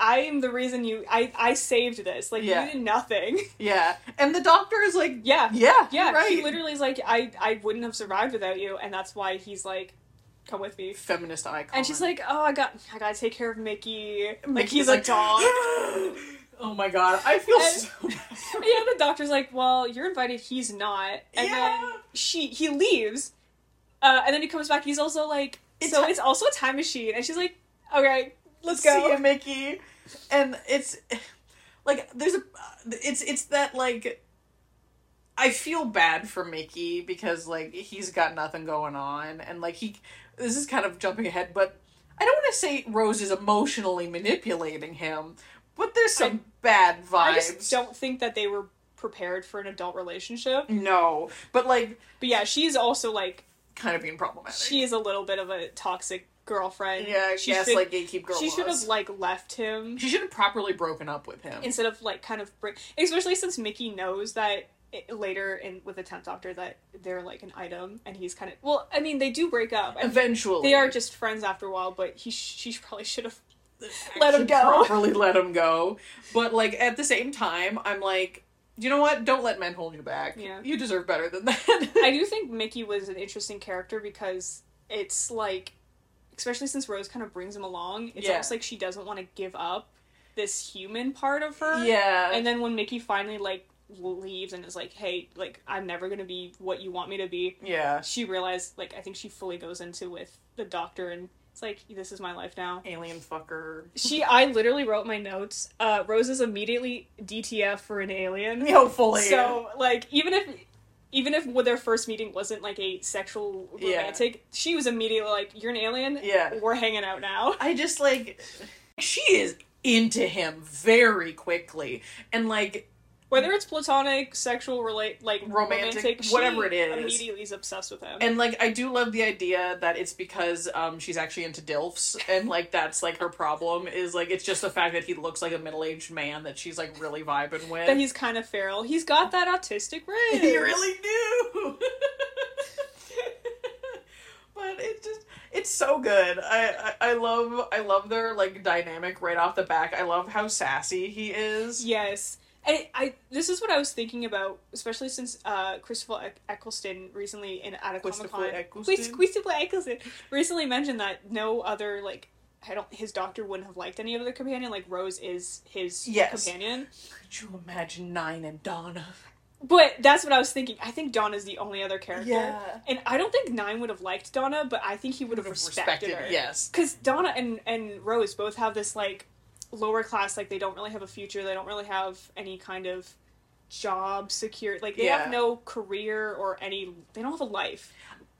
Speaker 2: "I am the reason you. I I saved this. Like
Speaker 3: Yeah.
Speaker 2: you did nothing." [laughs]
Speaker 3: Yeah, and the doctor is like,
Speaker 2: yeah,
Speaker 3: yeah,
Speaker 2: yeah.
Speaker 3: you're right.
Speaker 2: He literally is like, "I I wouldn't have survived without you," and that's why he's like, "Come with me."
Speaker 3: feminist icon.
Speaker 2: And she's like, "Oh, I got I gotta take care of Mickey. like he's
Speaker 3: Mickey's
Speaker 2: a [gasps] dog."
Speaker 3: [gasps] oh my god, I feel
Speaker 2: And-
Speaker 3: so. [laughs] bad.
Speaker 2: yeah, the doctor's like, "Well, you're invited. He's not." And
Speaker 3: Yeah.
Speaker 2: then she he leaves, uh, and then he comes back. He's also like,
Speaker 3: It's
Speaker 2: "So
Speaker 3: ti-
Speaker 2: it's also a time machine." And she's like, "Okay, let's
Speaker 3: See ya,
Speaker 2: go."
Speaker 3: Mickey. And it's like there's a it's it's that like I feel bad for Mickey because like he's got nothing going on and like he this is kind of jumping ahead but I don't want to say Rose is emotionally manipulating him but there's some bad vibes.
Speaker 2: I just don't think that they were prepared for an adult relationship.
Speaker 3: no, but like
Speaker 2: But yeah, she's also like,
Speaker 3: kind of being problematic.
Speaker 2: she is a little bit of a toxic girlfriend.
Speaker 3: yeah,
Speaker 2: she
Speaker 3: yes,
Speaker 2: should,
Speaker 3: like gatekeep girl.
Speaker 2: she should have
Speaker 3: laws.
Speaker 2: like left him
Speaker 3: she should have properly broken up with him.
Speaker 2: instead of like kind of bring, especially since Mickey knows that it, later in with the tenth Doctor that they're like an item, and he's kind of well. I mean, they do break up. and
Speaker 3: Eventually,
Speaker 2: They are just friends after a while, but he sh- she [laughs] probably should have.
Speaker 3: let
Speaker 2: Let
Speaker 3: him
Speaker 2: him go.
Speaker 3: properly let him go. But like at the same time, I'm like, you know what? Don't let men hold you back.
Speaker 2: Yeah.
Speaker 3: You deserve better than that. [laughs]
Speaker 2: I do think Mickey was an interesting character because it's like, especially since Rose kind of brings him along, it's
Speaker 3: Yeah.
Speaker 2: almost like she doesn't want to give up this human part of her.
Speaker 3: yeah.
Speaker 2: And then when Mickey finally like leaves and is like, "Hey, like I'm never gonna be what you want me to be,"
Speaker 3: yeah.
Speaker 2: she realized like I think she fully goes into with the doctor and it's like this is my life now.
Speaker 3: Alien fucker.
Speaker 2: She, I literally wrote my notes. Uh, Rose is immediately DTF for an alien.
Speaker 3: Hopefully.
Speaker 2: So like even if even if what their first meeting wasn't like a sexual
Speaker 3: Yeah.
Speaker 2: romantic, she was immediately like, "You're an alien.
Speaker 3: Yeah.
Speaker 2: we're hanging out now."
Speaker 3: I just like she is into him very quickly. And like
Speaker 2: Whether it's platonic, sexual, relate like
Speaker 3: Romantic,
Speaker 2: romantic,
Speaker 3: whatever
Speaker 2: she
Speaker 3: it is.
Speaker 2: immediately is obsessed with him.
Speaker 3: and like I do love the idea that it's because um she's actually into DILFs and like that's like her problem is like it's just the fact that he looks like a middle aged man that she's like really vibing with.
Speaker 2: that he's kind of feral. He's got that
Speaker 3: [laughs]
Speaker 2: autistic ring. [laughs]
Speaker 3: You really do. [laughs] but it's just it's so good. I, I I love I love their like dynamic right off the back. I love how sassy he is.
Speaker 2: Yes. And it- I this is what I was thinking about, especially since uh, Christopher Eck- Eccleston recently in at a Comic
Speaker 3: Christopher
Speaker 2: Con,
Speaker 3: Eccleston?
Speaker 2: Christopher Eccleston recently mentioned that no other like I don't his doctor wouldn't have liked any other companion. Like Rose is his
Speaker 3: Yes.
Speaker 2: companion,
Speaker 3: Could you imagine Nine and Donna?
Speaker 2: but that's what I was thinking. I think Donna's the only other character,
Speaker 3: Yeah.
Speaker 2: and I don't think Nine would have liked Donna, but I think he would have respected, her.
Speaker 3: Yes.
Speaker 2: because Donna and and Rose both have this like lower class, like they don't really have a future. They don't really have any kind of job secure. Like they
Speaker 3: Yeah.
Speaker 2: have no career or any. They don't have a life.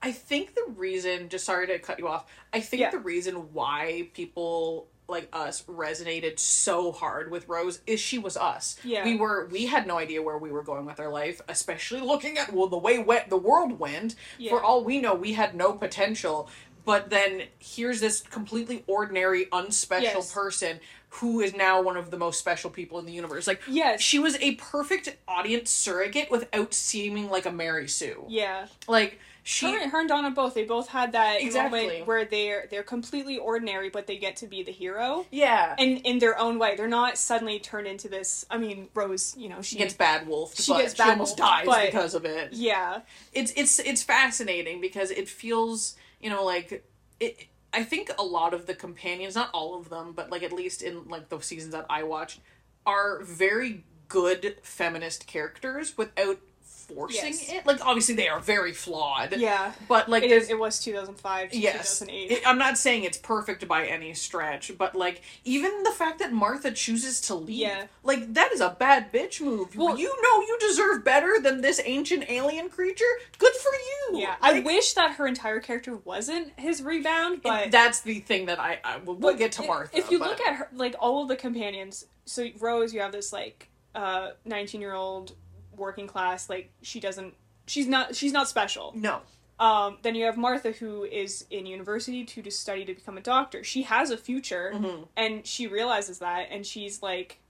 Speaker 3: I think the reason, just sorry to cut you off, I think
Speaker 2: Yeah.
Speaker 3: the reason why people like us resonated so hard with Rose is she was us.
Speaker 2: Yeah.
Speaker 3: We were we had no idea where we were going with our life, especially looking at well the way wet the world went. For
Speaker 2: Yeah.
Speaker 3: all we know, we had no potential. But then here's this completely ordinary, unspecial
Speaker 2: Yes.
Speaker 3: person who is now one of the most special people in the universe. Like
Speaker 2: Yes.
Speaker 3: she was a perfect audience surrogate without seeming like a Mary Sue.
Speaker 2: yeah.
Speaker 3: Like she
Speaker 2: Her, her and Donna both. They both had that
Speaker 3: Exactly.
Speaker 2: moment where they're they're completely ordinary, but they get to be the hero.
Speaker 3: Yeah.
Speaker 2: And in their own way, they're not suddenly turned into this. I mean, Rose, you know, she
Speaker 3: she gets bad wolfed,
Speaker 2: She
Speaker 3: but
Speaker 2: gets
Speaker 3: she
Speaker 2: bad
Speaker 3: almost
Speaker 2: wolfed,
Speaker 3: dies
Speaker 2: but-
Speaker 3: because of it.
Speaker 2: yeah,
Speaker 3: It's it's it's fascinating because it feels you know like it. I think a lot of the companions, not all of them, but like at least in like the seasons that I watched, are very good feminist characters without forcing
Speaker 2: Yes.
Speaker 3: it. Like obviously they are very flawed.
Speaker 2: yeah.
Speaker 3: But like
Speaker 2: It
Speaker 3: there's
Speaker 2: is. It was two thousand five.
Speaker 3: Yes.
Speaker 2: two thousand eight.
Speaker 3: It- I'm not saying it's perfect by any stretch, but like even the fact that Martha chooses to leave,
Speaker 2: Yeah.
Speaker 3: like that is a bad bitch move.
Speaker 2: Well-
Speaker 3: you know you deserve better than this ancient alien creature. Good for you.
Speaker 2: Yeah, I
Speaker 3: Like,
Speaker 2: wish that her entire character wasn't his rebound, but
Speaker 3: and that's the thing that I, I we'll, we'll
Speaker 2: But
Speaker 3: get to
Speaker 2: i-
Speaker 3: Martha.
Speaker 2: If you
Speaker 3: but-
Speaker 2: look at her, like all of the companions, so Rose, you have this like uh nineteen year old working class, like she doesn't, she's not, she's not special.
Speaker 3: no,
Speaker 2: Um, then you have Martha, who is in university to just study to become a doctor. She has a future,
Speaker 3: Mm-hmm.
Speaker 2: and she realizes that, and she's like,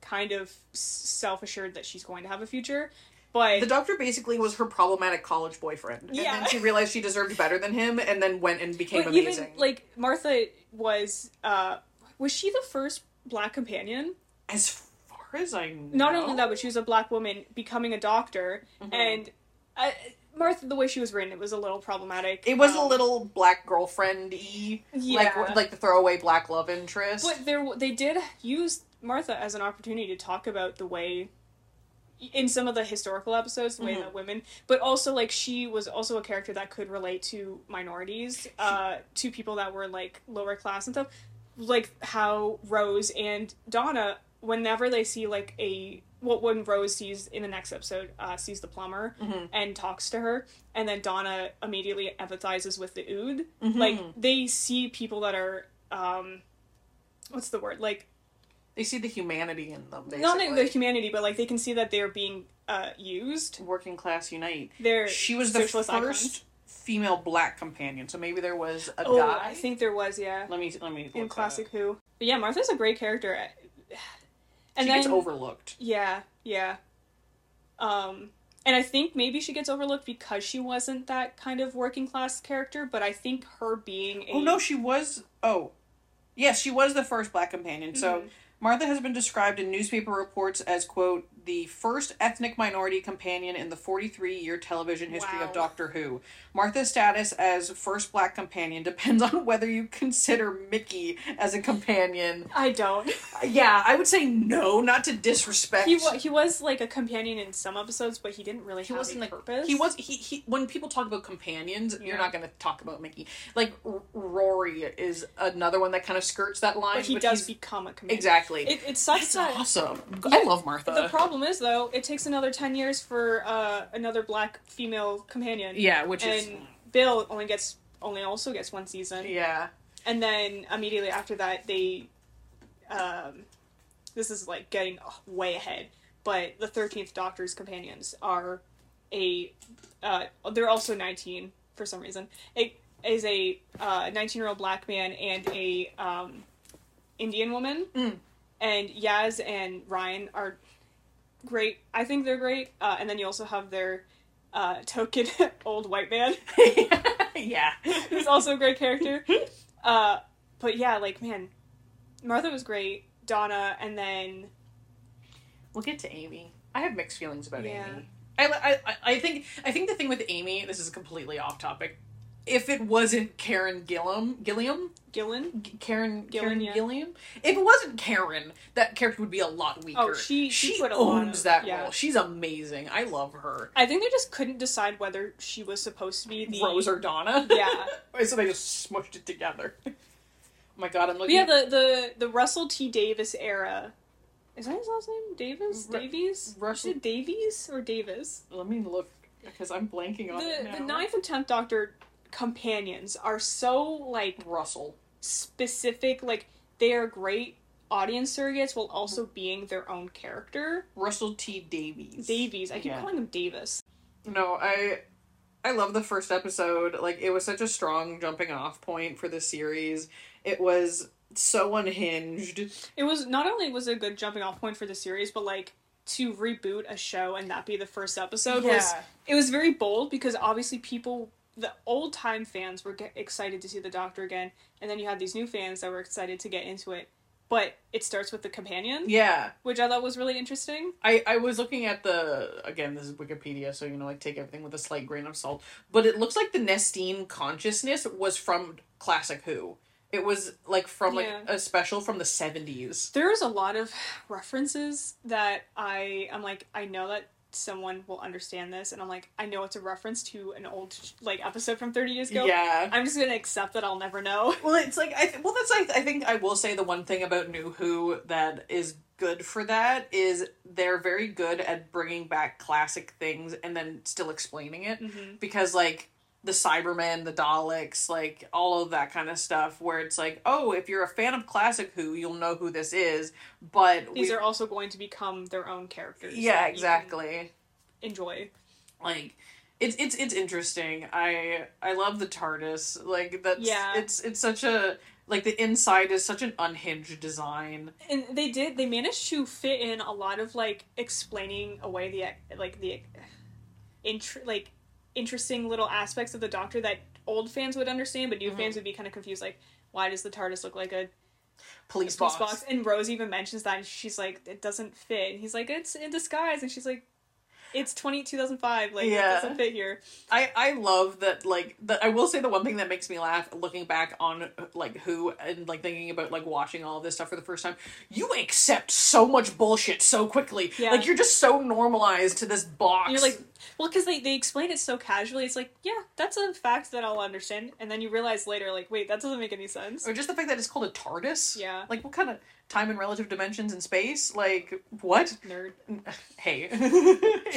Speaker 2: kind of self assured that she's going to have a future. But
Speaker 3: The doctor basically was her problematic college boyfriend.
Speaker 2: Yeah.
Speaker 3: And then she realized she deserved better than him and then went and became
Speaker 2: but
Speaker 3: amazing.
Speaker 2: even like Martha was uh was she the first black companion?
Speaker 3: as far as I know.
Speaker 2: Not only that, but she was a black woman becoming a doctor and uh, Martha the way she was written it was a little problematic.
Speaker 3: it was a
Speaker 2: Um,
Speaker 3: little black girlfriend y.
Speaker 2: Yeah.
Speaker 3: Like, like the throwaway black love interest.
Speaker 2: But there, w- they did use Martha as an opportunity to talk about the way, in some of the historical episodes, the way that women, but also like she was also a character that could relate to minorities, uh, to people that were like lower class and stuff, like how Rose and Donna, whenever they see like a what when Rose sees in the next episode, uh, sees the plumber and talks to her, and then Donna immediately empathizes with the Ood. Like they see people that are um, what's the word like
Speaker 3: they see the humanity in them, basically.
Speaker 2: not in the humanity but like they can see that they're being uh used
Speaker 3: Working class unite.
Speaker 2: they're
Speaker 3: She was the
Speaker 2: socialist
Speaker 3: first
Speaker 2: icons.
Speaker 3: female black companion, so maybe there was a
Speaker 2: oh
Speaker 3: guy.
Speaker 2: i think there was yeah
Speaker 3: let me let me look
Speaker 2: in
Speaker 3: that
Speaker 2: classic
Speaker 3: up.
Speaker 2: who but yeah martha's a great character [sighs] I- and
Speaker 3: she
Speaker 2: then
Speaker 3: gets overlooked.
Speaker 2: yeah yeah um and i think maybe she gets overlooked because she wasn't that kind of working class character but i think her being a
Speaker 3: Oh no, she was. Oh, yes, she was the first black companion. So Martha has been described in newspaper reports as quote the first ethnic minority companion in the 43 year television history
Speaker 2: Wow.
Speaker 3: of Doctor Who. Martha's status as first black companion [laughs] depends on whether you consider Mickey as a companion.
Speaker 2: [laughs] i
Speaker 3: [laughs]
Speaker 2: don't
Speaker 3: Yeah, I would say no, not to disrespect.
Speaker 2: he, wa- he was like a companion in some episodes but he didn't really
Speaker 3: he
Speaker 2: have
Speaker 3: wasn't
Speaker 2: a
Speaker 3: like
Speaker 2: purpose
Speaker 3: he was he, he when people talk about companions you're not going to talk about mickey like R- rory is another one that kind of skirts that line
Speaker 2: but he does
Speaker 3: he's-
Speaker 2: become a companion
Speaker 3: exactly
Speaker 2: It, it sucks
Speaker 3: That's
Speaker 2: that.
Speaker 3: awesome
Speaker 2: Yeah,
Speaker 3: i love martha
Speaker 2: The problem is though, it takes another ten years for uh, another black female companion.
Speaker 3: yeah which
Speaker 2: and
Speaker 3: is
Speaker 2: Bill only gets only also gets one season,
Speaker 3: yeah [laughs]
Speaker 2: and then immediately after that they, um, this is like getting way ahead, but the thirteenth Doctor's companions are a, uh, they're also nineteen for some reason. It is a nineteen year old black man and a um, Indian woman
Speaker 3: Mm.
Speaker 2: and Yaz and Ryan are great. I think they're great. Uh, and then you also have their uh, token [laughs] old white man,
Speaker 3: yeah
Speaker 2: who's also a great character. Uh, but yeah, like man, Martha was great. Donna, and then
Speaker 3: we'll get to amy i have mixed feelings about
Speaker 2: Yeah.
Speaker 3: amy I, I, I- I think I think the thing with Amy, this is completely off topic. If it wasn't Karen Gillam, Gilliam,
Speaker 2: Gillen.
Speaker 3: G- Karen
Speaker 2: Gillan,
Speaker 3: Karen
Speaker 2: yeah.
Speaker 3: Gilliam. If it wasn't Karen, that character would be a lot weaker.
Speaker 2: Oh, she- she put a lot
Speaker 3: owns
Speaker 2: of-
Speaker 3: that
Speaker 2: yeah.
Speaker 3: role. She's amazing. I love her.
Speaker 2: I think they just couldn't decide whether she was supposed to be the
Speaker 3: Rose or Donna. [laughs]
Speaker 2: Yeah.
Speaker 3: so they just smushed it together. [laughs] Oh my god, I'm
Speaker 2: But
Speaker 3: looking.
Speaker 2: yeah, the the the Russell T Davis era. Is that his last name? Davis?
Speaker 3: Ru-
Speaker 2: Davies?
Speaker 3: Russell-
Speaker 2: Is it Davies or Davis?
Speaker 3: Let me look because I'm blanking on
Speaker 2: the
Speaker 3: it now.
Speaker 2: the ninth and tenth doctor companions are so like
Speaker 3: Russell.
Speaker 2: specific like they are great audience surrogates while also being their own character
Speaker 3: Russell T. Davies.
Speaker 2: davies i keep
Speaker 3: Yeah.
Speaker 2: calling him davis
Speaker 3: No, I I love the first episode. Like it was such a strong jumping off point for the series. It was so unhinged.
Speaker 2: it was not only was it a good jumping off point for the series but like to reboot a show and that be the first episode was
Speaker 3: Yeah.
Speaker 2: it was very bold because obviously people the old time fans were get excited to see the doctor again and then you had these new fans that were excited to get into it but it starts with the companion
Speaker 3: Yeah.
Speaker 2: which i thought was really interesting
Speaker 3: I, I was looking at the again this is wikipedia so you know like take everything with a slight grain of salt but it looks like the nestine consciousness was from classic who it was like from like
Speaker 2: Yeah.
Speaker 3: a special from the 70s
Speaker 2: there's a lot of references that I I'm like I know that someone will understand this and I'm like I know it's a reference to an old like episode from 30 years ago.
Speaker 3: yeah
Speaker 2: I'm just going to accept that I'll never know.
Speaker 3: well it's like i th- well that's like i think i will say the one thing about new who that is good for that is they're very good at bringing back classic things and then still explaining it because like the Cybermen, the Daleks, like all of that kind of stuff, where it's like, oh, if you're a fan of classic Who, you'll know who this is. But
Speaker 2: These
Speaker 3: we-
Speaker 2: are also going to become their own characters.
Speaker 3: yeah,
Speaker 2: that you can
Speaker 3: exactly.
Speaker 2: Enjoy.
Speaker 3: Like it's it's it's interesting. I I love the TARDIS. Like that's
Speaker 2: Yeah.
Speaker 3: it's it's such a Like the inside is such an unhinged design.
Speaker 2: and they did they managed to fit in a lot of like explaining away the ac- like the int- like interesting little aspects of the doctor that old fans would understand but new
Speaker 3: Mm-hmm.
Speaker 2: fans would be kind of confused like why does the tardis look like a
Speaker 3: Police,
Speaker 2: police
Speaker 3: box.
Speaker 2: box and rose even mentions that and she's like it doesn't fit and he's like it's in disguise and she's like it's 20 2005 like it
Speaker 3: Yeah.
Speaker 2: doesn't fit here
Speaker 3: I I love that like that I will say the one thing that makes me laugh looking back on like who and like thinking about like watching all of this stuff for the first time you accept so much bullshit so quickly
Speaker 2: Yeah.
Speaker 3: like you're just so normalized to this box
Speaker 2: And you're like, well, because they, they explain it so casually. It's like, yeah, that's a fact that I'll understand. And then you realize later, like, wait, that doesn't make any sense.
Speaker 3: or just the fact that it's called a TARDIS
Speaker 2: Yeah.
Speaker 3: like what kind of time and relative dimensions in space like what
Speaker 2: [laughs]
Speaker 3: [laughs]
Speaker 2: Nerd. [laughs]
Speaker 3: hey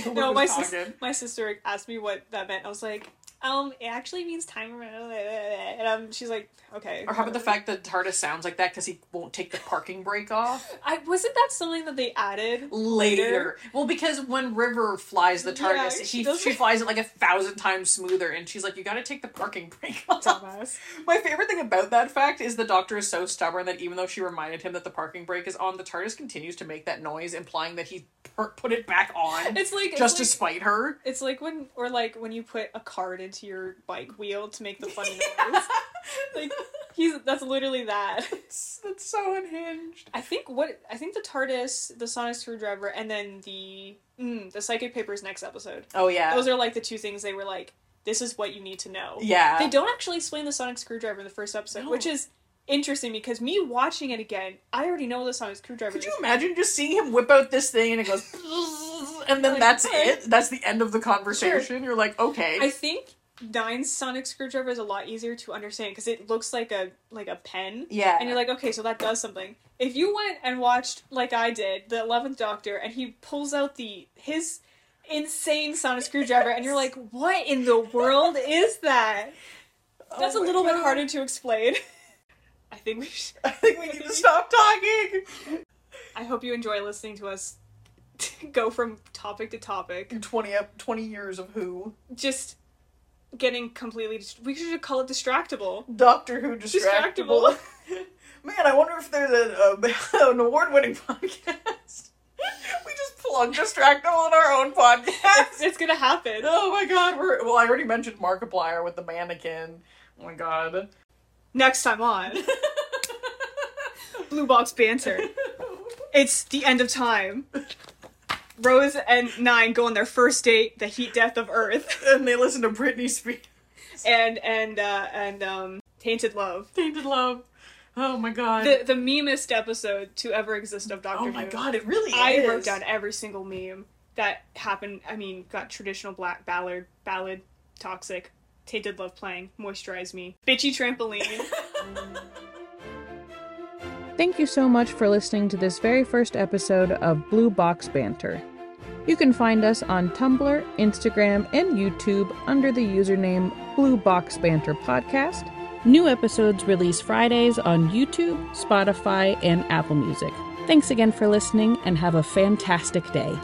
Speaker 2: No,
Speaker 3: no
Speaker 2: my, sis- my sister asked me what that meant. I was like, um, it actually means time. around- [laughs] And um, she's like, okay.
Speaker 3: or how about the fact that TARDIS sounds like that because he won't take the parking brake off
Speaker 2: I wasn't that something that they
Speaker 3: [laughs]
Speaker 2: added
Speaker 3: later. Well, because when River flies the
Speaker 2: Yeah,
Speaker 3: TARDIS,
Speaker 2: she
Speaker 3: she
Speaker 2: doesn't-
Speaker 3: she flies it like a thousand times smoother, and she's like, "You got to take the parking brake [laughs] off."
Speaker 2: Dumbass.
Speaker 3: My favorite thing about that fact is the Doctor is so stubborn that even though she reminded him that the parking brake is on, the TARDIS continues to make that noise, implying that he per- put it back
Speaker 2: [laughs]
Speaker 3: on
Speaker 2: It's like
Speaker 3: just to
Speaker 2: it's like, [laughs]
Speaker 3: spite her.
Speaker 2: it's like when or like when you put a card into your bike wheel to make the funny
Speaker 3: [laughs]
Speaker 2: noise. Like he's that's literally that. [laughs]
Speaker 3: It's- That's so unhinged.
Speaker 2: I think what I think the TARDIS, the sonic screwdriver, and then the mm, the psychic papers next episode.
Speaker 3: Oh yeah,
Speaker 2: Those are like the two things they were like, this is what you need to know.
Speaker 3: yeah.
Speaker 2: They don't actually explain the sonic screwdriver in the first episode,
Speaker 3: No.
Speaker 2: which is interesting because me watching it again, I already know the sonic screwdriver.
Speaker 3: Could
Speaker 2: is.
Speaker 3: you imagine just seeing him whip out this thing and it goes, [laughs] and then
Speaker 2: Like, [laughs]
Speaker 3: that's
Speaker 2: okay.
Speaker 3: it? That's the end of the conversation. You're like, okay.
Speaker 2: I think Dine's sonic screwdriver is a lot easier to understand because it looks like a like a pen.
Speaker 3: yeah.
Speaker 2: And you're like, okay, so that does something. If you went and watched, like I did, the Eleventh Doctor, and he pulls out the his insane sonic screwdriver, and you're like, what in the world is that? That's
Speaker 3: Oh
Speaker 2: a
Speaker 3: my
Speaker 2: little bit
Speaker 3: God. [laughs]
Speaker 2: harder to explain. [laughs] I think we should.
Speaker 3: I think we need to stop talking.
Speaker 2: I hope you enjoy listening to us [laughs] go from topic to topic.
Speaker 3: 20, up- 20 uh, years of Who.
Speaker 2: Just getting completely. Dist- we should call it distractible.
Speaker 3: Doctor Who Distractable.
Speaker 2: Distractable.
Speaker 3: [laughs] Man, I wonder if there's a, [laughs] a, an award winning podcast. we just plug Distractable in our own
Speaker 2: It's, [laughs]
Speaker 3: podcast.
Speaker 2: it's gonna happen.
Speaker 3: [laughs] oh my god. We're, well, I already mentioned Markiplier with the mannequin. Oh my [laughs] god.
Speaker 2: Next time on Blue Box Banter. It's the end of time. Rose and Nine go on their first date, the heat death of Earth,
Speaker 3: and they listen to Britney Spears.
Speaker 2: and and uh, and um, tainted love.
Speaker 3: Tainted Love. Oh my god.
Speaker 2: The the memest episode to ever exist of Doctor Who.
Speaker 3: oh my god, it really
Speaker 2: I
Speaker 3: is.
Speaker 2: wrote down every single meme that happened. I mean, got traditional black ballad, ballad, toxic, tainted love playing, moisturize me, bitchy trampoline.
Speaker 1: Thank you so much for listening to this very first episode of Blue Box Banter. You can find us on Tumblr, Instagram, and YouTube under the username Blue Box Banter Podcast. New episodes release Fridays on YouTube, Spotify, and Apple Music. Thanks again for listening and have a fantastic day.